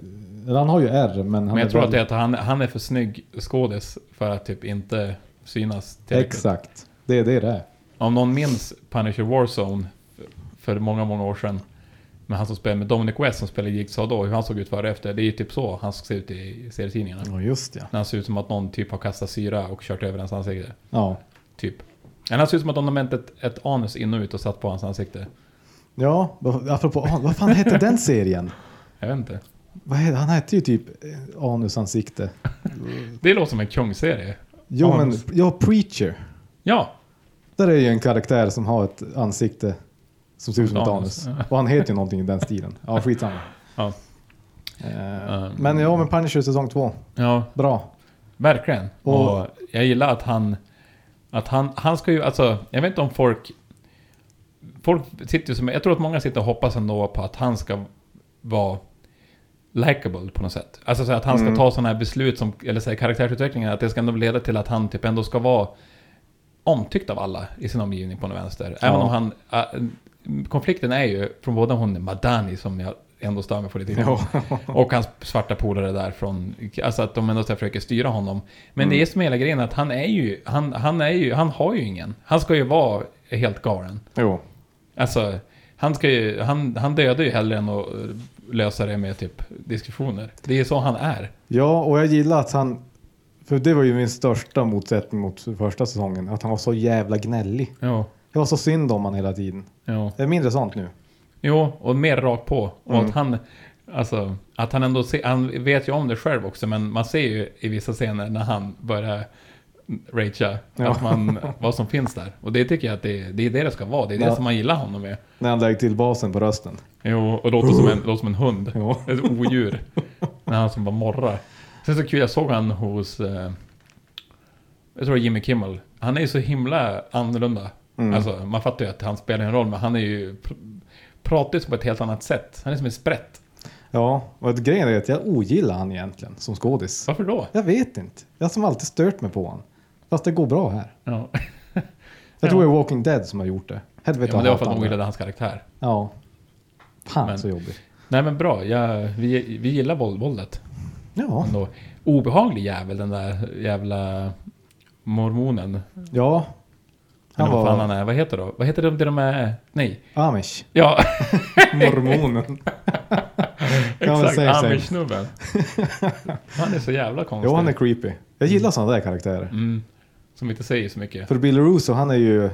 Speaker 2: eller Han har ju R men han
Speaker 1: Men
Speaker 2: är
Speaker 1: jag tror att det
Speaker 2: väldigt-
Speaker 1: är att han, han är för snygg skådis för att typ inte synas tillräckligt.
Speaker 2: Exakt. Det är det det är.
Speaker 1: Om någon minns Punisher Warzone för många, många år sedan Men han som spelar med Dominic West som spelade Jigsaw då, hur han såg ut före och efter. Det är ju typ så han ser ut i serietidningarna.
Speaker 2: Ja, just ja.
Speaker 1: När han ser ut som att någon typ har kastat syra och kört över hans ansikte.
Speaker 2: Ja,
Speaker 1: Typ. Men han ser ut som att de har mänt ett, ett anus in och ut och satt på hans ansikte.
Speaker 2: ja vad- apropå, ah, vad fan hette den serien?
Speaker 1: Jag vet inte.
Speaker 2: Vad he- han hette ju typ eh, anusansikte.
Speaker 1: Det låter som en kungserie.
Speaker 2: Jo, men
Speaker 1: Anus.
Speaker 2: ja, Preacher.
Speaker 1: Ja,
Speaker 2: Där är ju en karaktär som har ett ansikte som ser ut som ett
Speaker 1: Anus.
Speaker 2: anus. Och han heter ju någonting i den stilen. Ja, skitsamma.
Speaker 1: Ja.
Speaker 2: Eh,
Speaker 1: Um.
Speaker 2: Men ja, men Punisher säsong två.
Speaker 1: ja
Speaker 2: Bra.
Speaker 1: verkligen. Och,
Speaker 2: Och-
Speaker 1: jag gillar att han... Att han, han ska ju, alltså, jag vet inte om folk... Folk sitter ju som, jag tror att många sitter och hoppas ändå på att han ska vara likable på något sätt. Alltså så att han ska
Speaker 2: Mm.
Speaker 1: ta sådana här beslut som, eller så här, karaktärsutvecklingen, att det ska ändå leda till att han typ ändå ska vara omtyckt av alla i sin omgivning på något vänster. Även
Speaker 2: Ja.
Speaker 1: om han... äh, konflikten är ju från båda hon, Madani, som jag ändå stör mig på lite grann. Och hans svarta polare där från... Alltså att de ändå så här försöker styra honom. Men det är som hela grejen att han är ju... Han, han är ju... Han har ju ingen. Han ska ju vara helt galen.
Speaker 2: Jo.
Speaker 1: Alltså, han ska ju... Han, han dödar ju hellre än att eh, lösa det med typ diskussioner. Det är så han är.
Speaker 2: Ja, och jag gillar att han... För det var ju min största motsättning mot första säsongen. Att han var så jävla gnällig.
Speaker 1: Jo.
Speaker 2: Det var så synd om han hela tiden.
Speaker 1: Jo.
Speaker 2: Det är mindre sånt nu.
Speaker 1: Jo, och mer rakt på. Och
Speaker 2: Mm.
Speaker 1: att han... Alltså, att han ändå ser, han vet ju om det själv också, men man ser ju i vissa scener när han börjar ragea,
Speaker 2: Ja.
Speaker 1: att man, vad som finns där. Och det tycker jag att det, det är det det ska vara, det är det
Speaker 2: Ja.
Speaker 1: som man gillar honom med.
Speaker 2: När han lägger till basen på rösten.
Speaker 1: Jo, och låter som en, låter som en hund.
Speaker 2: Oh. Ja.
Speaker 1: Ett odjur. När han som bara morrar. Sen så kul, jag såg han hos... Eh, jag tror det är Jimmy Kimmel. Han är ju så himla annorlunda.
Speaker 2: Mm.
Speaker 1: Alltså, man fattar ju att han spelar en roll, men han är ju... Pr- pratar ju som på ett helt annat sätt. Han är som en sprätt.
Speaker 2: Ja, och grejen är att jag ogillar han egentligen som skådis.
Speaker 1: Varför då?
Speaker 2: Jag vet inte. Jag har som alltid stört mig på han. Fast det går bra här.
Speaker 1: Ja.
Speaker 2: Jag
Speaker 1: Ja.
Speaker 2: tror det är Walking Dead som har gjort det. Helvete
Speaker 1: ja, men det var
Speaker 2: hatar
Speaker 1: för att
Speaker 2: han
Speaker 1: de gillade hans karaktär.
Speaker 2: Ja. Fan
Speaker 1: Men-
Speaker 2: så jobbigt.
Speaker 1: Nej men bra, jag, vi, vi gillar våld, våldet.
Speaker 2: Ja.
Speaker 1: Ändå. Obehaglig jävel, den där jävla mormonen.
Speaker 2: ja.
Speaker 1: Han
Speaker 2: Han
Speaker 1: vad fan
Speaker 2: var
Speaker 1: han är. Vad heter då? Vad heter de, det de är? Nej.
Speaker 2: amish.
Speaker 1: Ja,
Speaker 2: Mormonen. man
Speaker 1: exakt.
Speaker 2: säga sig.
Speaker 1: Amish-snubben. Han är så jävla konstig.
Speaker 2: Jo, han är creepy. Jag gillar sådana där karaktärer.
Speaker 1: mm, som inte säger så mycket.
Speaker 2: För Bill Russo, han är ju,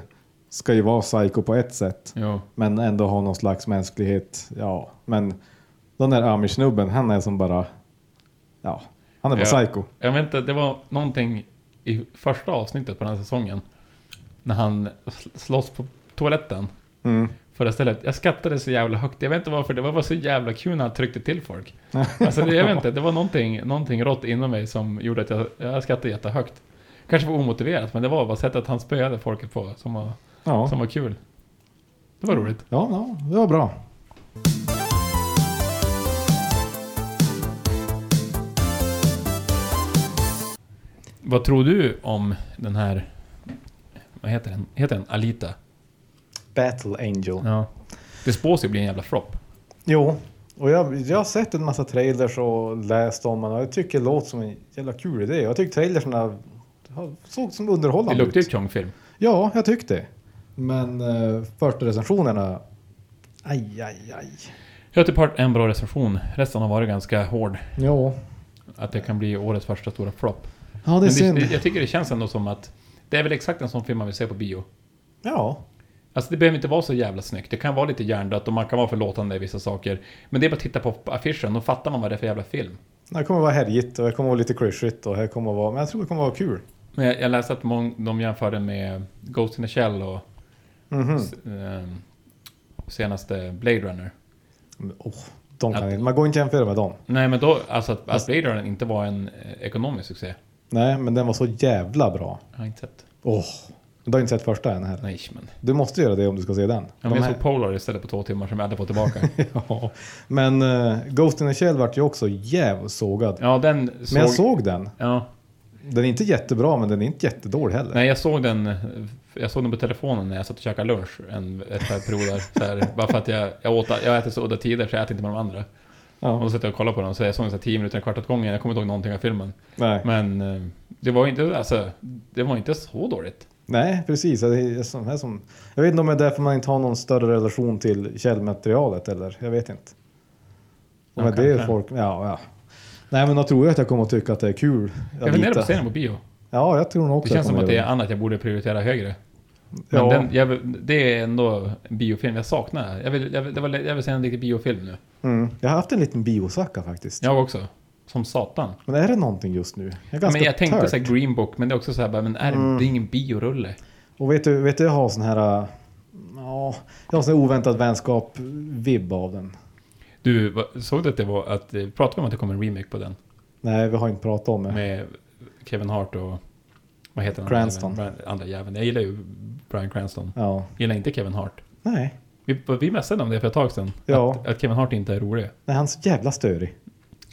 Speaker 2: ska ju vara psycho på ett sätt.
Speaker 1: Jo.
Speaker 2: Men ändå ha någon slags mänsklighet. Ja, men den där amish-snubben, han är som bara... Ja, han är bara
Speaker 1: Ja.
Speaker 2: psycho.
Speaker 1: Jag vet inte, det var någonting i första avsnittet på den här säsongen. När han sl- slåss på toaletten.
Speaker 2: Mm.
Speaker 1: Förra stället. Jag skrattade så jävla högt. Jag vet inte varför, det var bara så jävla kul när han tryckte till folk. Alltså det, jag vet inte, det var någonting, någonting rått inom mig som gjorde att jag, jag skrattade jättehögt. Kanske var omotiverat, men det var bara sättet han spöade folket på som var,
Speaker 2: Ja.
Speaker 1: som var kul. Det var roligt.
Speaker 2: Ja, ja, det var bra.
Speaker 1: Vad tror du om den här... Vad heter den? Heter den Alita?
Speaker 2: Battle Angel.
Speaker 1: Ja. Det spås ju bli en jävla flopp.
Speaker 2: Jo, och jag, jag har sett en massa trailers och läst om den och jag tycker det låter som en jävla kul idé. Jag tycker trailersna har- såg som
Speaker 1: Det
Speaker 2: underhållande
Speaker 1: luktar ju Kong-film.
Speaker 2: Ja, jag tyckte det. Men eh, första recensionerna... Aj, aj, aj.
Speaker 1: Jag har typ hört en bra recension. Resten har varit ganska hård.
Speaker 2: Ja,
Speaker 1: Att det kan bli årets första stora flopp.
Speaker 2: ja det är
Speaker 1: Men det,
Speaker 2: synd.
Speaker 1: det, jag tycker det känns ändå som att det är väl exakt en sån film man vill se på bio.
Speaker 2: Ja,
Speaker 1: Alltså det behöver inte vara så jävla snyggt. Det kan vara lite hjärndött och man kan vara förlåtande i vissa saker. Men det är bara att titta på affischen, då fattar man vad det är för jävla film.
Speaker 2: det kommer vara härjigt och det kommer vara lite klyschigt och det kommer vara... Men jag tror det kommer vara kul.
Speaker 1: Men jag, jag läste att mång, de jämför den med Ghost in the Shell och
Speaker 2: Mhm.
Speaker 1: s- ehm, senaste Blade Runner.
Speaker 2: Men, åh, de kan
Speaker 1: Att-
Speaker 2: inte- Man går inte att jämföra med dem.
Speaker 1: Nej men då, alltså att, att Blade Runner inte var en eh, ekonomisk succé.
Speaker 2: Nej, men den var så jävla bra.
Speaker 1: Jag har inte sett.
Speaker 2: Åh, du har inte sett första än här.
Speaker 1: Nej men.
Speaker 2: Du måste göra det om du ska se den.
Speaker 1: Ja, men
Speaker 2: De
Speaker 1: jag
Speaker 2: här-
Speaker 1: såg Polar istället på två timmar som jag hade fått tillbaka.
Speaker 2: ja. Men eh, Ghost in the Shell vart ju också jävligt sågad.
Speaker 1: ja den såg...
Speaker 2: Men jag såg den.
Speaker 1: Ja.
Speaker 2: Den är inte jättebra, men den är inte jättedålig heller.
Speaker 1: Nej, jag såg den, eh, jag såg den på telefonen när jag satt och käkade lunch en ett par perioder. Så här, bara för att jag, jag, åt, jag äter så udda tider så jag äter inte med de andra. Och
Speaker 2: Ja.
Speaker 1: då satt jag och kollade på den så jag såg den så här 10 minuter, en kvart åt gången. Jag kommer inte ihåg någonting av filmen.
Speaker 2: Nej.
Speaker 1: Men eh, det var inte, alltså, det var inte så dåligt.
Speaker 2: Nej, precis. Det är sån här som, jag vet inte om det är därför man inte har någon större relation till källmaterialet eller jag vet inte.
Speaker 1: Ja,
Speaker 2: Men det är
Speaker 1: kanske.
Speaker 2: folk, ja, ja. Nej men de tror ju att jag kommer att tycka att det är kul.
Speaker 1: Jag funderar på att se den på bio.
Speaker 2: Ja, jag tror nog
Speaker 1: Det
Speaker 2: också
Speaker 1: känns som att
Speaker 2: jag kommer
Speaker 1: det är
Speaker 2: göra
Speaker 1: annat jag borde prioritera högre.
Speaker 2: det.
Speaker 1: Men
Speaker 2: ja,
Speaker 1: den, jag, vill- det är ändå en biofilm jag saknar. Jag vill, jag vill, det var, jag vill se en riktig biofilm nu.
Speaker 2: mm. Jag har haft en liten biosacka faktiskt.
Speaker 1: Jag också. Som satan.
Speaker 2: Men är det någonting just nu? Jag är ganska Mm.
Speaker 1: men jag tänkte
Speaker 2: törd.
Speaker 1: så här Green Book, men det är också så här, bara, men är det, det är ingen biorulle.
Speaker 2: Och vet du, vet du, jag har sån här... äh, Ja, jag har sån här oväntad vänskap-vibb av den.
Speaker 1: Du, vad- såg du att det var att, eh, pratade vi om att det kommer en remake på den?
Speaker 2: Nej, vi har inte pratat om det.
Speaker 1: Med Kevin Hart och, vad heter den?
Speaker 2: Cranston.
Speaker 1: Andra, jäveln? Bra- andra jäveln. Jag gillar ju Brian Cranston.
Speaker 2: Ja.
Speaker 1: Jag gillar inte Kevin Hart.
Speaker 2: Nej.
Speaker 1: Vi, vi mässade om det för ett tag sedan.
Speaker 2: Ja.
Speaker 1: Att, att Kevin Hart inte är rolig.
Speaker 2: Nej, han är så jävla störig.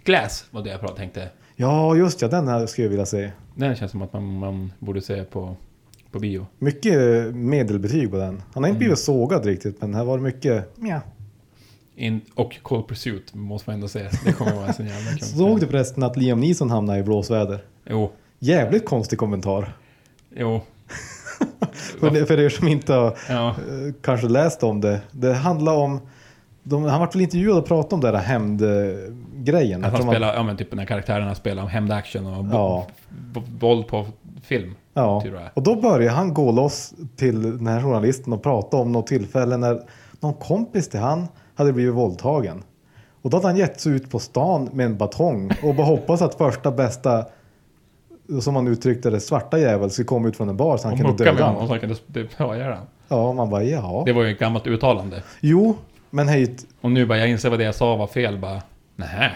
Speaker 1: Glass var det jag pratade, tänkte.
Speaker 2: Ja, just ja, den här skulle jag vilja se.
Speaker 1: Den känns som att man, man borde se på, på bio.
Speaker 2: Mycket eh, medelbetyg på den. Han har
Speaker 1: Mm.
Speaker 2: inte blivit sågad riktigt, men här var det mycket... Mja.
Speaker 1: In, och Cold Pursuit måste man ändå se. Det kommer vara en sån jävla kung.
Speaker 2: Såg du förresten att Liam Neeson hamnade i blåsväder?
Speaker 1: Jo.
Speaker 2: Jävligt konstig kommentar.
Speaker 1: Jo.
Speaker 2: För, för er som inte har
Speaker 1: Ja.
Speaker 2: eh, kanske läst om det. Det handlar om... De, han vart väl intervjuad och pratade om den där hämndgrejen.
Speaker 1: Att han
Speaker 2: Eftersom han-
Speaker 1: spelar, ja men typ den här karaktären han spelar om hämnd action och bo-
Speaker 2: Ja.
Speaker 1: bo- våld på film.
Speaker 2: Ja,
Speaker 1: Typ det här.
Speaker 2: och då börjar han gå loss till den här journalisten och prata om något tillfälle när någon kompis till han hade blivit våldtagen. Och då hade han gett sig ut på stan med en batong och bara hoppas att första bästa, som han uttryckte det, svarta jävel skulle komma ut från en bar så han
Speaker 1: Och
Speaker 2: kunde
Speaker 1: mucka med
Speaker 2: döda
Speaker 1: honom
Speaker 2: honom.
Speaker 1: så han kunde typ, ja, göra det.
Speaker 2: Ja, man bara ja.
Speaker 1: Det var ju ett gammalt uttalande.
Speaker 2: Jo, men hej, t-
Speaker 1: Och nu bara, jag inser vad det jag sa var fel bara. Nähä.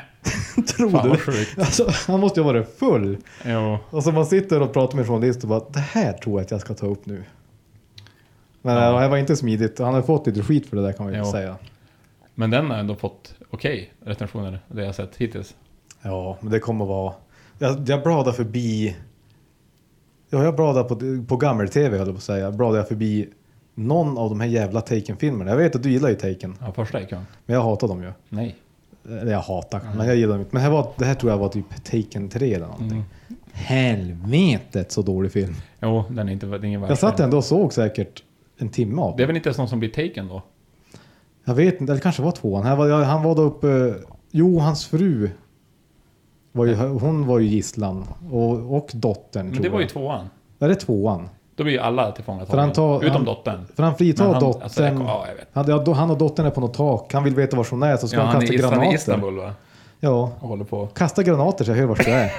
Speaker 2: tror
Speaker 1: Fan
Speaker 2: du?
Speaker 1: vad sjukt.
Speaker 2: Alltså, han måste ju ha varit full.
Speaker 1: Jo.
Speaker 2: Och så Alltså, man sitter och pratar med en journalist och bara det här tror jag att jag ska ta upp nu. Men eh,
Speaker 1: Ja.
Speaker 2: det här var inte smidigt. Han har fått lite skit för det där kan man ju
Speaker 1: Jo.
Speaker 2: säga.
Speaker 1: Men den har ändå fått okej recensioner, det jag har sett hittills.
Speaker 2: Ja, men det kommer vara... Jag, jag bladar förbi... Ja, jag bladar på, på gammel-tv höll jag på att säga. Bladar jag förbi någon av de här jävla Taken-filmerna. Jag vet att du gillar ju Taken,
Speaker 1: Ja, första gick jag.
Speaker 2: men jag hatar dem ju.
Speaker 1: Nej.
Speaker 2: Eller jag hatar, men jag gillar dem inte. Men här var, det här tror jag var typ Taken 3 eller någonting. Helvetet så dålig film.
Speaker 1: Jo, den är inte, den är ingen
Speaker 2: Jag satt
Speaker 1: världsfilm.
Speaker 2: ändå och såg säkert en timme
Speaker 1: Det
Speaker 2: av
Speaker 1: är
Speaker 2: den.
Speaker 1: väl inte ens någon som blir taken då?
Speaker 2: Jag vet inte, det kanske var tvåan. Här var, jag- han var då uppe... Jo, hans fru. Var ju, hon var ju gisslan. Och, och dottern
Speaker 1: Men
Speaker 2: tror
Speaker 1: det var ju
Speaker 2: jag.
Speaker 1: tvåan.
Speaker 2: Är det tvåan?
Speaker 1: Då blir ju alla
Speaker 2: För han
Speaker 1: tillfångatagna.
Speaker 2: tar-
Speaker 1: Utom
Speaker 2: han-
Speaker 1: dottern.
Speaker 2: För han fritar
Speaker 1: Men han-
Speaker 2: dottern.
Speaker 1: alltså, jag- ja, jag vet.
Speaker 2: han, ja, då- han och dottern är på något tak. Han vill veta var hon är så ska
Speaker 1: Ja,
Speaker 2: han
Speaker 1: han är
Speaker 2: kasta
Speaker 1: i- han är i
Speaker 2: granater.
Speaker 1: Istanbul va?
Speaker 2: Ja,
Speaker 1: Och håller på.
Speaker 2: kasta granater så jag hör vart du är.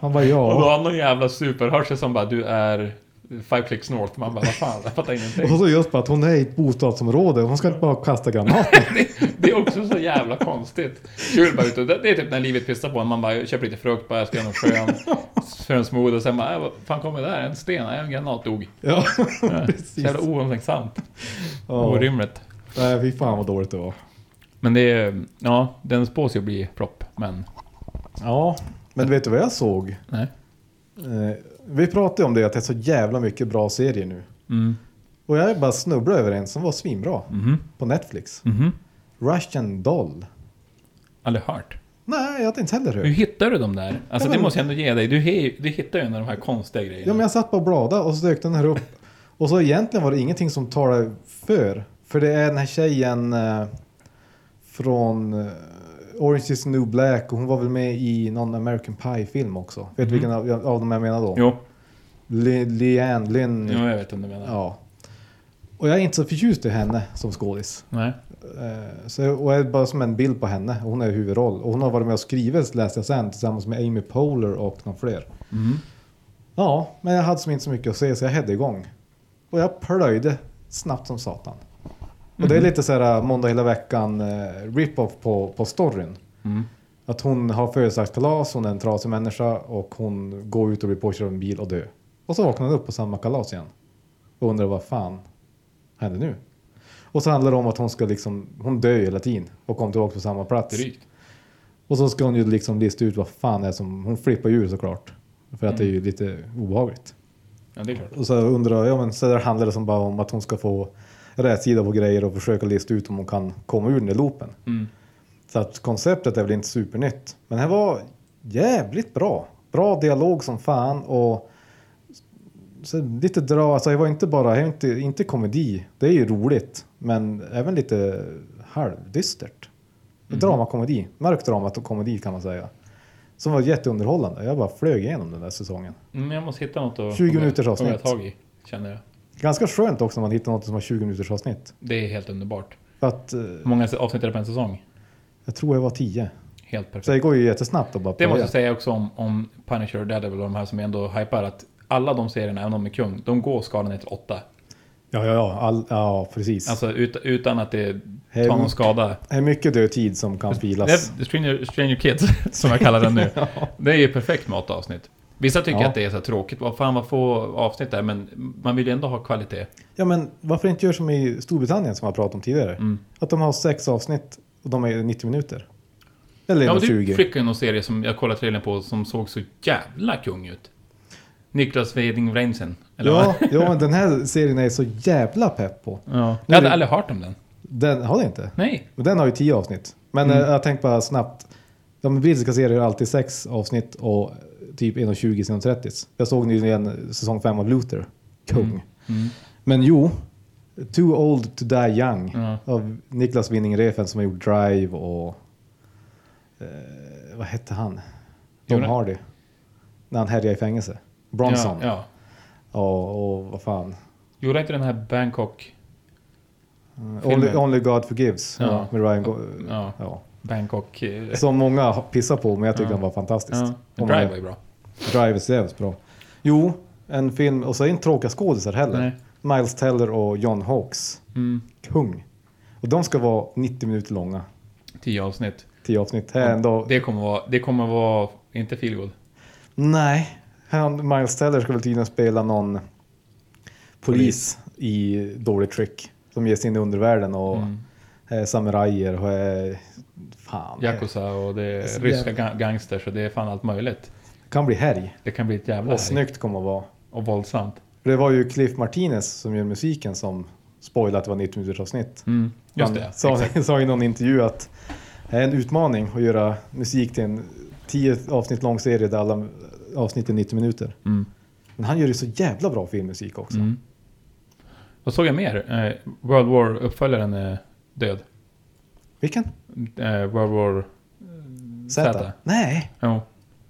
Speaker 2: Han bara
Speaker 1: Och då
Speaker 2: ja.
Speaker 1: har någon jävla superhörsel som bara du är five clicks north. Man bara vad fan, jag fattar
Speaker 2: Och
Speaker 1: ingenting.
Speaker 2: så just bara att hon är i ett bostadsområde. Hon ska inte bara kasta granater.
Speaker 1: Det är också så jävla konstigt. Kul bara ute. Det det är typ när livet pissar på en. Man bara jag köper lite frukt bara, jag ska göra någon skön, skön smoothie. Och sen bara, äh, vad fan kommer det där? En sten? Nej, en granat dog.
Speaker 2: ja,
Speaker 1: Ja, Så
Speaker 2: precis.
Speaker 1: jävla oomtänksamt.
Speaker 2: Ja.
Speaker 1: Orimligt.
Speaker 2: Nej, fy fan vad dåligt det var.
Speaker 1: Men det är, ja, den spås ju bli propp, men
Speaker 2: Ja, men vet du vad jag såg?
Speaker 1: nej.
Speaker 2: Eh, vi pratade ju om det att det är så jävla mycket bra serier nu.
Speaker 1: Mm.
Speaker 2: Och jag bara snubblade över en som var svinbra.
Speaker 1: Mhm.
Speaker 2: På Netflix.
Speaker 1: Mhm.
Speaker 2: Russian Doll.
Speaker 1: Aldrig hört.
Speaker 2: Nej, jag hade inte heller hört.
Speaker 1: Hur hittar du dem där? Alltså
Speaker 2: Ja, men-
Speaker 1: det måste jag ändå ge dig. Du, he, du hittar ju ändå de här konstiga grejerna.
Speaker 2: Ja, men jag satt bara och bladade och så dök den här upp. Och så egentligen var det ingenting som talade för. För det är den här tjejen eh, från eh, Orange is the new black och hon var väl med i någon American Pie-film också. Vet du vilken av, av dem jag menar då?
Speaker 1: Mhm. Jo,
Speaker 2: Le, Leanne, Lynn.
Speaker 1: jo, jag vet om du menar.
Speaker 2: Ja. Och jag är inte så förtjust i henne som skådis.
Speaker 1: Nej.
Speaker 2: Eh, Så, och jag är bara som en bild på henne. Hon är huvudroll. Och hon har varit med och skrivit, läste jag sen, tillsammans med Amy Poehler och någon fler.
Speaker 1: Mm.
Speaker 2: Ja, men jag hade som inte så mycket att se så jag hade igång. Och jag plöjde snabbt som satan. Och det är lite så här måndag hela veckan eh, rip-off på, på storyn.
Speaker 1: Mm.
Speaker 2: Att hon har födelsedagskalas, hon är en trasig människa och hon går ut och blir påkörd av en bil och dör. Och så vaknar hon upp på samma kalas igen. Och undrar vad fan händer nu? Och så handlar det om att hon ska liksom, hon dör ju hela tiden och kommer tillbaka på samma plats.
Speaker 1: Drygt.
Speaker 2: Och så ska hon ju liksom lista ut vad fan det är som, hon flippar ju ur såklart. För att det är ju lite obehagligt.
Speaker 1: Ja, det är klart.
Speaker 2: Och så undrar jag, men så där handlar det som bara om att hon ska få rätsida på grejer och försöka lista ut om hon kan komma ur den där loopen.
Speaker 1: Mm.
Speaker 2: Så att konceptet är väl inte supernytt. Men det här var jävligt bra. Bra dialog som fan och så lite dra, alltså det var inte bara, jag inte, inte komedi, det är ju roligt, men även lite halvdystert.
Speaker 1: Mm.
Speaker 2: Dramakomedi, mörk drama och komedi kan man säga. Som var jätteunderhållande, jag bara flög igenom den där säsongen.
Speaker 1: Mm, jag måste hitta något att
Speaker 2: 20
Speaker 1: hugga-
Speaker 2: minuters avsnitt.
Speaker 1: hugga tag i, känner jag.
Speaker 2: Ganska skönt också när man hittar något som har 20 minuters avsnitt.
Speaker 1: Det är helt underbart.
Speaker 2: För att eh,
Speaker 1: Hur många avsnitt är det på en säsong?
Speaker 2: jag tror jag var 10.
Speaker 1: Helt perfekt.
Speaker 2: Så det går ju jättesnabbt att bara
Speaker 1: Det måste
Speaker 2: börja.
Speaker 1: jag säga också om, om Punisher och Daredevil och de här som jag ändå hypar att alla de serierna, även om de är kung, de går skalan ner till åtta.
Speaker 2: Ja, ja, ja, all, ja precis.
Speaker 1: Alltså ut, utan att det
Speaker 2: Hem-
Speaker 1: tar någon skada.
Speaker 2: det är mycket dödtid som kan filas.
Speaker 1: Det är Stranger, Stranger Kids, som jag kallar den nu. Det är ju perfekt med åtta avsnitt. Vissa tycker
Speaker 2: Ja.
Speaker 1: att det är så här tråkigt, vad fan vad få avsnitt det är, men man vill ju ändå ha kvalitet.
Speaker 2: Ja, men varför inte göra som i Storbritannien som jag pratat om tidigare?
Speaker 1: Mm.
Speaker 2: Att de har sex avsnitt och de är 90 minuter. Eller
Speaker 1: Ja, men du
Speaker 2: 20.
Speaker 1: skickade ju någon serie som jag kollade trailern på som såg så jävla kung ut. Niklas Weding Vreinsen. eller vad?
Speaker 2: Ja, ja, men den här serien är jag så jävla pepp på.
Speaker 1: ja. Jag hade
Speaker 2: Nu-
Speaker 1: aldrig hört om den.
Speaker 2: Den har det inte.
Speaker 1: Nej.
Speaker 2: Men den har ju 10 avsnitt. Men
Speaker 1: Mm.
Speaker 2: eh, jag tänkte bara snabbt. De brittiska serier har alltid sex avsnitt och typ 1,20 sina 30. Jag såg nyligen säsong 5 av Luther. Kung.
Speaker 1: Mm.
Speaker 2: Men jo, Too Old To Die Young
Speaker 1: Ja.
Speaker 2: av Niklas Winning Refn som har gjort Drive och... Eh, vad hette han? Tom
Speaker 1: Gjorde-
Speaker 2: Hardy. När han härjade i fängelse. Bronson.
Speaker 1: Ja, ja.
Speaker 2: Och, och vad fan.
Speaker 1: Gjorde inte den här Bangkok...
Speaker 2: Only,
Speaker 1: Filmen.
Speaker 2: Only God Forgives
Speaker 1: Ja.
Speaker 2: med Ryan Go-
Speaker 1: Ja.
Speaker 2: ja.
Speaker 1: Bangkok... eh,
Speaker 2: Som många pissar på, men jag tycker
Speaker 1: Ja.
Speaker 2: den var fantastisk.
Speaker 1: Ja.
Speaker 2: Om
Speaker 1: Drive
Speaker 2: man-
Speaker 1: var ju bra.
Speaker 2: Drive är så jävligt bra. Jo, en film, och så är det inte tråkiga skådisar heller.
Speaker 1: Nej.
Speaker 2: Miles Teller och John Hawkes.
Speaker 1: Mm.
Speaker 2: Kung. Och de ska vara 90 minuter långa.
Speaker 1: Tio avsnitt.
Speaker 2: Tio avsnitt. Här ändå.
Speaker 1: Det kommer vara... Det kommer vara... Inte feelgood.
Speaker 2: Nej, han, Miles Teller ska väl tydligen spela någon polis i dåligt trick. Som ger sig in i undervärlden och
Speaker 1: Mm.
Speaker 2: är samurajer och är... Fan.
Speaker 1: Yakuza och det är
Speaker 2: så
Speaker 1: ryska ga- gangsters och det är fan allt möjligt.
Speaker 2: Det kan bli härj.
Speaker 1: Det kan bli ett jävla
Speaker 2: Vad
Speaker 1: härj.
Speaker 2: snyggt kommer att vara.
Speaker 1: Och våldsamt.
Speaker 2: För det var ju Cliff Martinez som gör musiken som spoilade att det var 90 minuters avsnitt.
Speaker 1: Mm. Just
Speaker 2: Han
Speaker 1: det.
Speaker 2: sa,
Speaker 1: exakt.
Speaker 2: sa i någon intervju att det är en utmaning att göra musik till en 10 avsnitt lång serie där alla avsnitt är 90 minuter.
Speaker 1: Mm.
Speaker 2: Men han gör ju så jävla bra filmmusik också.
Speaker 1: Mm. Vad såg jag mer? Eh, World War-uppföljaren är död.
Speaker 2: Vilken?
Speaker 1: Eh, World War...
Speaker 2: Z?
Speaker 1: Z.
Speaker 2: Nej,
Speaker 1: Jo,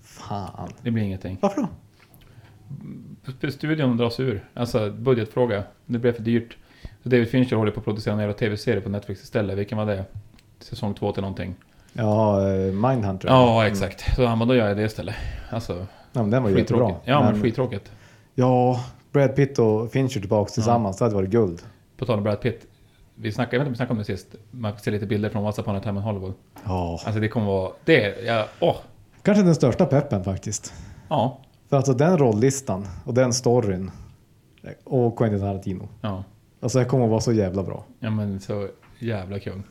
Speaker 2: fan.
Speaker 1: det blir ingenting.
Speaker 2: Varför då?
Speaker 1: Studion dras ur. Alltså budgetfråga. Det blev för dyrt. Så David Fincher håller på att producera en jävla tv-serie på Netflix istället. Vilken var det? Säsong två till någonting.
Speaker 2: Ja, eh, Mindhunter.
Speaker 1: Ja, exakt. Så han bara, då gör jag Mm. det istället. Alltså,
Speaker 2: Ja, men den var ju jättebra.
Speaker 1: skittråkigt. Ja, men, skittråkigt.
Speaker 2: ja, Brad Pitt och Fincher tillbaka tillsammans, det hade varit guld.
Speaker 1: På tal om Brad Pitt. Vi snackade, jag vet inte om vi snackade om det sist. Man ser lite bilder från What's Upon a Time in Hollywood.
Speaker 2: Ja.
Speaker 1: Alltså det kommer vara... Det, ja, åh!
Speaker 2: Kanske den största peppen faktiskt.
Speaker 1: Ja.
Speaker 2: För alltså den rolllistan och den storyn eh, och Quentin Tarantino.
Speaker 1: Ja.
Speaker 2: Alltså det kommer att vara så jävla bra.
Speaker 1: Ja men så jävla kung.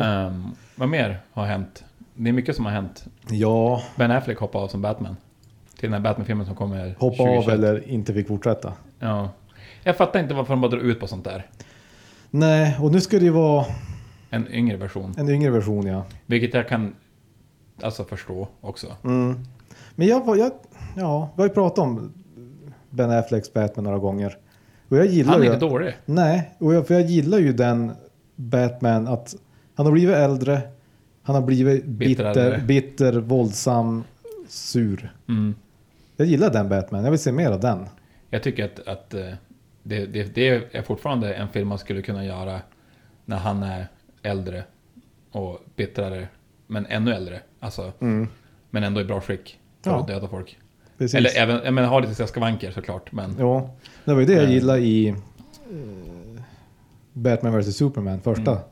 Speaker 1: Ehm, vad mer har hänt? Det är mycket som har hänt.
Speaker 2: Ja,
Speaker 1: Ben Affleck hoppade av som Batman. Till den här Batman-filmen som kommer
Speaker 2: hoppa
Speaker 1: 2021.
Speaker 2: av eller inte fick fortsätta.
Speaker 1: Ja. Jag fattar inte varför de bara drar ut på sånt där.
Speaker 2: Nej, och nu ska det ju vara
Speaker 1: En yngre version.
Speaker 2: en yngre version ja.
Speaker 1: Vilket jag kan alltså förstå också.
Speaker 2: Mm. Men jag, var- jag, ja, vi har ju pratat om Ben Afflecks Batman några gånger. Och jag gillar
Speaker 1: Han är
Speaker 2: ju,
Speaker 1: inte dålig.
Speaker 2: Nej, och jag, för jag gillar ju den Batman att han har blivit äldre, han har blivit bitter,
Speaker 1: Bittrare.
Speaker 2: bitter våldsam, sur.
Speaker 1: Mm.
Speaker 2: Jag gillar den Batman, jag vill se mer av den.
Speaker 1: Jag tycker att, att eh, det, det, det är fortfarande en film man skulle kunna göra när han är äldre och bittrare. Men ännu äldre. Alltså, Men ändå i bra skick. För
Speaker 2: Mm. Ja.
Speaker 1: att döda folk.
Speaker 2: Precis.
Speaker 1: Eller även, jag menar, ha lite så här skavanker såklart. Men,
Speaker 2: Ja, det var ju det jag
Speaker 1: Mm.
Speaker 2: gillade i eh, Batman vs Superman, första.
Speaker 1: Mm.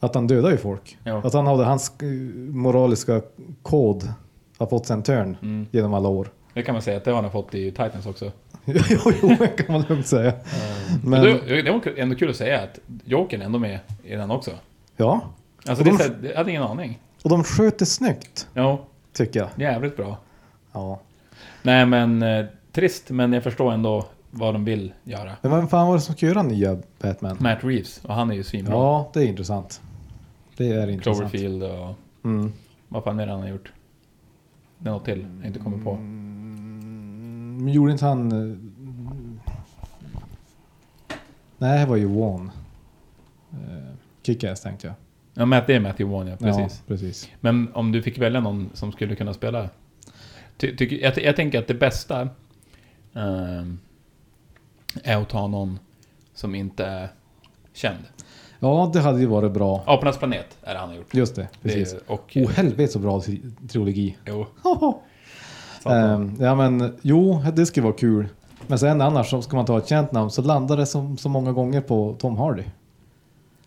Speaker 2: Att han dödar ju folk.
Speaker 1: Ja.
Speaker 2: Att han hade hans eh, moraliska kod har fått sig en törn
Speaker 1: Mm.
Speaker 2: genom alla år.
Speaker 1: Det kan man säga att det har han fått i Titans också.
Speaker 2: jo, jo, det kan man lugnt säga.
Speaker 1: Men,
Speaker 2: Men,
Speaker 1: det, det var ändå kul att säga att Jokern är ändå med i den också.
Speaker 2: ja,
Speaker 1: Alltså, det,
Speaker 2: Och de-
Speaker 1: är så här, jag hade ingen aning.
Speaker 2: och de sköt det snyggt
Speaker 1: Ja,
Speaker 2: tycker jag.
Speaker 1: jävligt bra.
Speaker 2: Ja.
Speaker 1: Nej men, eh, trist men jag förstår ändå vad de vill göra.
Speaker 2: Men vem fan var det som skulle göra nya Batman?
Speaker 1: Matt Reeves, och han är ju svinbra.
Speaker 2: Ja, det är intressant. Det är intressant.
Speaker 1: Cloverfield och
Speaker 2: Mm.
Speaker 1: vad fan är det han har gjort? Det är något till jag inte kommer på.
Speaker 2: Men Gjorde inte han eh, Nej, det var ju One. Eh, Kick-Ass tänkte jag.
Speaker 1: Ja, Matt, det är Matthew Vaughn, ja. Precis.
Speaker 2: Ja, precis.
Speaker 1: Men om du fick välja någon som skulle kunna spela... Ty, tycker- jag, jag tänker att det bästa ehm, är att ta någon som inte är känd.
Speaker 2: Ja, det hade ju varit bra.
Speaker 1: Apornas planet är det han har gjort.
Speaker 2: Just det,
Speaker 1: Det är-
Speaker 2: precis.
Speaker 1: och...
Speaker 2: Oh, helvete så bra tri- trilogi.
Speaker 1: Jo.
Speaker 2: Ehm, ja men jo, det skulle vara kul. Men sen annars så ska man ta ett känt namn så landar det som så många gånger på Tom Hardy.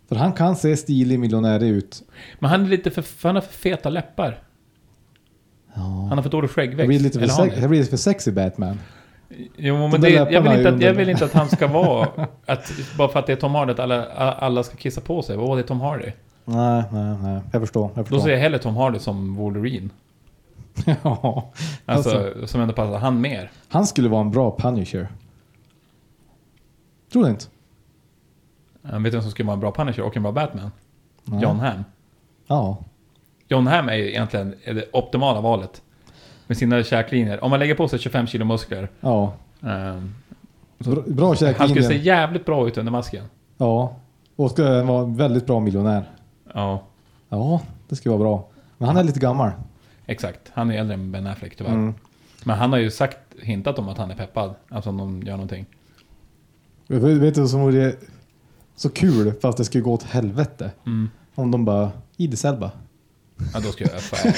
Speaker 2: För han kan se stilig miljonär ut.
Speaker 1: Men han är lite för... Han har för feta läppar.
Speaker 2: Ja.
Speaker 1: Han har för dålig skäggväxt.
Speaker 2: Det blir lite för,
Speaker 1: Eller har
Speaker 2: sex,
Speaker 1: han
Speaker 2: det blir lite för sexy Batman.
Speaker 1: Jo,
Speaker 2: där
Speaker 1: men det, jag,
Speaker 2: läpparna
Speaker 1: vill
Speaker 2: är
Speaker 1: inte att,
Speaker 2: under-
Speaker 1: jag vill inte att han ska vara... Att, bara för att det är Tom Hardy, att alla, alla ska kissa på sig. Åh, det är Tom Hardy.
Speaker 2: Nej, nej, nej. Jag förstår. Jag
Speaker 1: Då
Speaker 2: förstår.
Speaker 1: ser jag hellre Tom Hardy som Wolverine.
Speaker 2: ja.
Speaker 1: Alltså,
Speaker 2: alltså,
Speaker 1: som ändå passar han mer.
Speaker 2: han skulle vara en bra Punisher. Tror du inte?
Speaker 1: Eh, Vet du vem som skulle vara en bra Punisher och en bra Batman?
Speaker 2: Nej.
Speaker 1: John Hamm.
Speaker 2: Ja.
Speaker 1: John Hamm är ju egentligen det optimala valet. Med sina käklinjer. Om man lägger på sig 25 kilo muskler.
Speaker 2: ja.
Speaker 1: ehm,
Speaker 2: Bra, bra
Speaker 1: han skulle se
Speaker 2: käklinjer.
Speaker 1: jävligt bra ut under masken.
Speaker 2: Ja. Och skulle vara en väldigt bra miljonär.
Speaker 1: Ja,
Speaker 2: Ja, det skulle vara bra. Men han är lite gammal.
Speaker 1: exakt. Han är ju äldre än Ben Affleck tyvärr.
Speaker 2: Mm.
Speaker 1: Men han har ju sagt, hintat om att han är peppad. Alltså om de gör någonting.
Speaker 2: Vet du vet du vad som vore så kul fast det skulle gå åt helvete?
Speaker 1: Mm.
Speaker 2: Om de bara, Idis Elba.
Speaker 1: Ja, då skulle jag... Fan,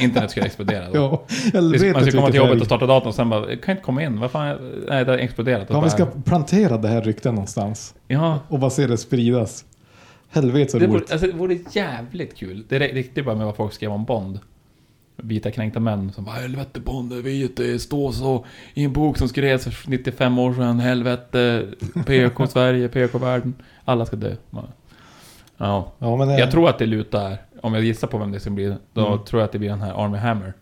Speaker 1: internet skulle explodera då.
Speaker 2: Ja, jag
Speaker 1: Det är som-
Speaker 2: vet
Speaker 1: Man
Speaker 2: inte
Speaker 1: skulle komma till
Speaker 2: vilket
Speaker 1: jobbet
Speaker 2: helg.
Speaker 1: och starta datorn och sen bara, jag kan inte komma in, vad fan, nej det har exploderat.
Speaker 2: Ja,
Speaker 1: Och
Speaker 2: vi ska
Speaker 1: bara,
Speaker 2: plantera det här ryktet någonstans
Speaker 1: ja,
Speaker 2: och bara se det spridas. Helvete så
Speaker 1: det vore,
Speaker 2: roligt.
Speaker 1: alltså, det vore jävligt kul. Det räckte bara med vad folk skrev om Bond. Vita kränkta män som bara helvete Bond är vit, det står så i en bok som skrevs för 95 år sedan, helvete, PK Sverige, PK världen, alla ska dö. Man- Ja,
Speaker 2: Ja, men eh, det,
Speaker 1: jag tror att det lutar, om jag gissar på vem det ska bli, då
Speaker 2: Mm.
Speaker 1: tror jag att det blir den här Army Hammer.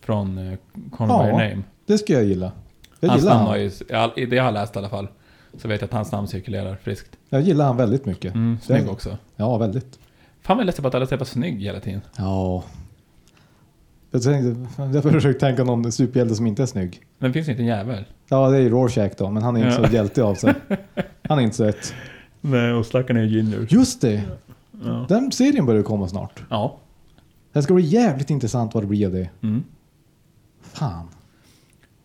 Speaker 1: Från eh, Call Me
Speaker 2: Ja.
Speaker 1: By Your Name.
Speaker 2: det skulle jag gilla. Jag
Speaker 1: hans
Speaker 2: gillar
Speaker 1: namn har
Speaker 2: han.
Speaker 1: ju, all- i det jag har läst i alla fall, så vet jag att hans namn cirkulerar friskt.
Speaker 2: Jag gillar han väldigt mycket.
Speaker 1: Mm, snygg
Speaker 2: Den-
Speaker 1: också.
Speaker 2: Ja, väldigt.
Speaker 1: Fan vad jag läste på att alla säger var snygg hela tiden.
Speaker 2: Ja. Jag, tänkte, jag försökte tänka någon superhjälte som inte är snygg.
Speaker 1: Den finns ju inte en jävel.
Speaker 2: Ja, det är ju Rorschach då, men han är inte
Speaker 1: Ja.
Speaker 2: så hjälte av sig. Han är inte så ett.
Speaker 1: Nej, och stackaren är ju ginger.
Speaker 2: Just det!
Speaker 1: Ja.
Speaker 2: Den serien börjar komma snart.
Speaker 1: ja.
Speaker 2: Det ska bli jävligt intressant vad det blir av det.
Speaker 1: Mm.
Speaker 2: Fan.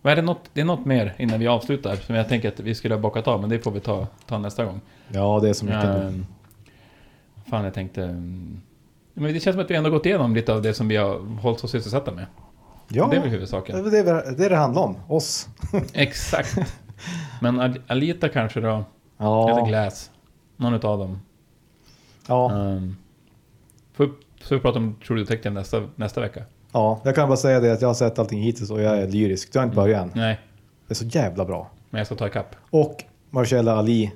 Speaker 1: Vad är det, något, det är något mer innan vi avslutar som jag tänker att vi skulle ha bockat av, men det får vi ta, ta nästa gång.
Speaker 2: Ja, det är så mycket. nu.
Speaker 1: Ehm, fan, jag tänkte... mm, Men det känns som att vi ändå gått igenom lite av det som vi har hållit oss sysselsatta med.
Speaker 2: ja,
Speaker 1: Det är väl huvudsaken.
Speaker 2: det, är det det handlar om. Oss.
Speaker 1: Exakt. Men Al- Alita kanske då? Eller
Speaker 2: Ja.
Speaker 1: Glass? Någon utav dem.
Speaker 2: Ja,
Speaker 1: Ehm, får vi, så vi prata om True Detective nästa, nästa vecka?
Speaker 2: ja, jag kan bara säga det att jag har sett allting hittills och jag är lyrisk. Du har inte börjat än.
Speaker 1: Nej,
Speaker 2: Det är så jävla bra.
Speaker 1: men jag ska ta ikapp.
Speaker 2: Och Marcella Ali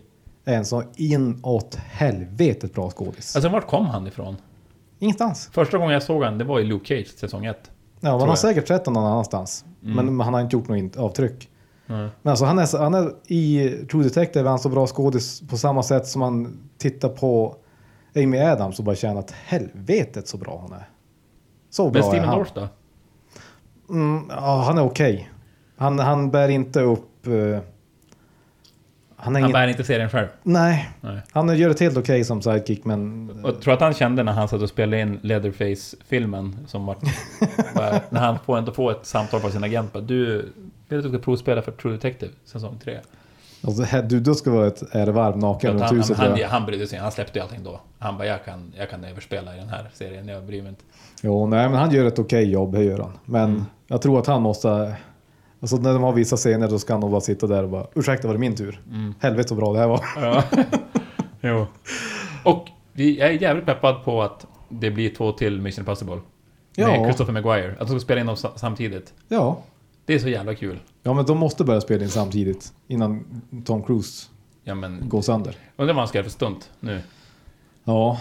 Speaker 2: är en så inåt helvetet bra skådis.
Speaker 1: Alltså vart kom han ifrån?
Speaker 2: Ingenstans.
Speaker 1: Första gången jag såg han, det var i Luke Cage säsong 1.
Speaker 2: Ja, man
Speaker 1: Tror
Speaker 2: har
Speaker 1: jag. Mm.
Speaker 2: säkert sett honom någon annanstans. Men han har inte gjort något in- avtryck.
Speaker 1: Nej.
Speaker 2: Men alltså han är, så- han är i True Detective är han så bra skådis på samma sätt som man tittar på Amy Adams och bara känner att helvetet så bra han är. Så bra
Speaker 1: Men
Speaker 2: är
Speaker 1: Steven
Speaker 2: han.
Speaker 1: Dorff då?
Speaker 2: Mm, ja, han är okej. Han, han bär inte upp... eh, han är
Speaker 1: Han
Speaker 2: ingen,
Speaker 1: bär inte serien själv.
Speaker 2: Nej,
Speaker 1: Nej.
Speaker 2: han gör det helt okej som sidekick men...
Speaker 1: Och jag tror att han kände när han satt och spelade in Leatherface-filmen som var... bara, när han får ändå få ett samtal från sin agent bara, du, vet du att du ska provspela för True Detective säsong 3?
Speaker 2: Alltså, här- du, då ska vara ett ärevarv naken
Speaker 1: Han,
Speaker 2: runt
Speaker 1: han,
Speaker 2: huset.
Speaker 1: han,
Speaker 2: ja.
Speaker 1: han brydde sig inte. han släppte ju allting då. Han bara, jag kan, jag kan överspela i den här serien, jag bryr mig inte.
Speaker 2: Jo, nej, men han gör ett okej jobb, det gör han. Men
Speaker 1: Mm.
Speaker 2: jag tror att han måste... Alltså när de har vissa scener då ska han nog bara sitta där och bara ursäkta var det min tur?
Speaker 1: Mm.
Speaker 2: Helvete så bra det här var.
Speaker 1: Ja. jo. Och vi, jag är jävligt peppad på att det blir två till Mission Impossible. Med
Speaker 2: Ja.
Speaker 1: Christopher Maguire. Att de ska spela in dem sa- samtidigt.
Speaker 2: Ja.
Speaker 1: Det är så jävla kul.
Speaker 2: ja, men de måste börja spela in samtidigt innan Tom Cruise
Speaker 1: Ja men,
Speaker 2: går sönder.
Speaker 1: undrar vad han ska göra för stunt nu.
Speaker 2: Ja,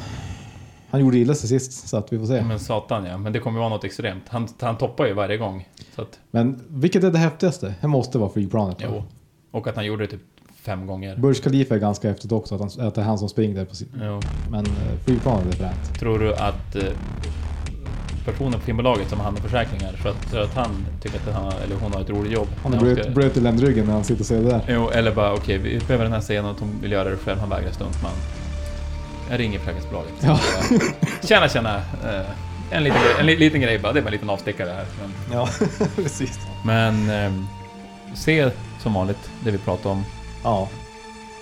Speaker 2: han gjorde illa sig sist så att vi får se.
Speaker 1: Men satan ja, men det kommer ju vara något extremt. Han, han toppar ju varje gång. Så att,
Speaker 2: Men vilket är det häftigaste? Det måste vara flygplanet. va?
Speaker 1: jo. Och att han gjorde det typ fem gånger.
Speaker 2: Burj Khalifa är ganska häftigt också, att, han, att det är han som springer där på sitt...
Speaker 1: Jo.
Speaker 2: Men eh, flygplanet är fränt.
Speaker 1: Tror du att eh, personen på filmbolaget som har hand om försäkringar för att, för att han tycker att han, eller hon har ett roligt jobb.
Speaker 2: Han
Speaker 1: när
Speaker 2: bröt,
Speaker 1: ska-
Speaker 2: bröt i ländryggen när han sitter och säger det där.
Speaker 1: Jo, eller bara okej, vi behöver den här scenen och hon vill göra det själv, han vägrar stuntman. Jag ringer försäkringsbolaget.
Speaker 2: Ja.
Speaker 1: Tjena tjena! Eh, En liten, grej- en li- liten grej bara, det är bara en liten avstickare här. Men,
Speaker 2: Ja, precis.
Speaker 1: men ehm, se som vanligt det vi pratar om
Speaker 2: Ja,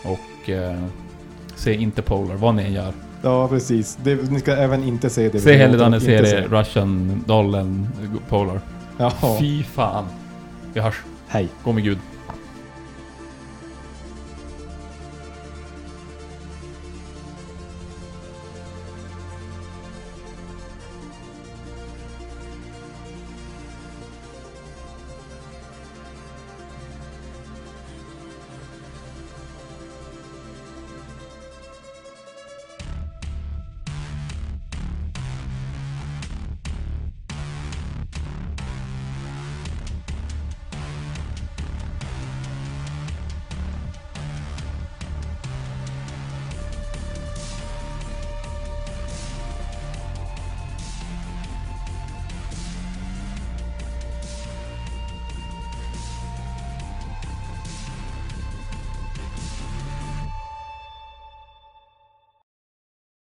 Speaker 1: och eh, se inte Polar, vad ni än gör.
Speaker 2: ja precis. Det, ni ska även inte se det. vi
Speaker 1: Se hellre
Speaker 2: låter
Speaker 1: Danne
Speaker 2: inte
Speaker 1: serie
Speaker 2: se.
Speaker 1: Russian Dollen Polar.
Speaker 2: Ja,
Speaker 1: Fy fan! Vi hörs,
Speaker 2: hej.
Speaker 1: gå med Gud.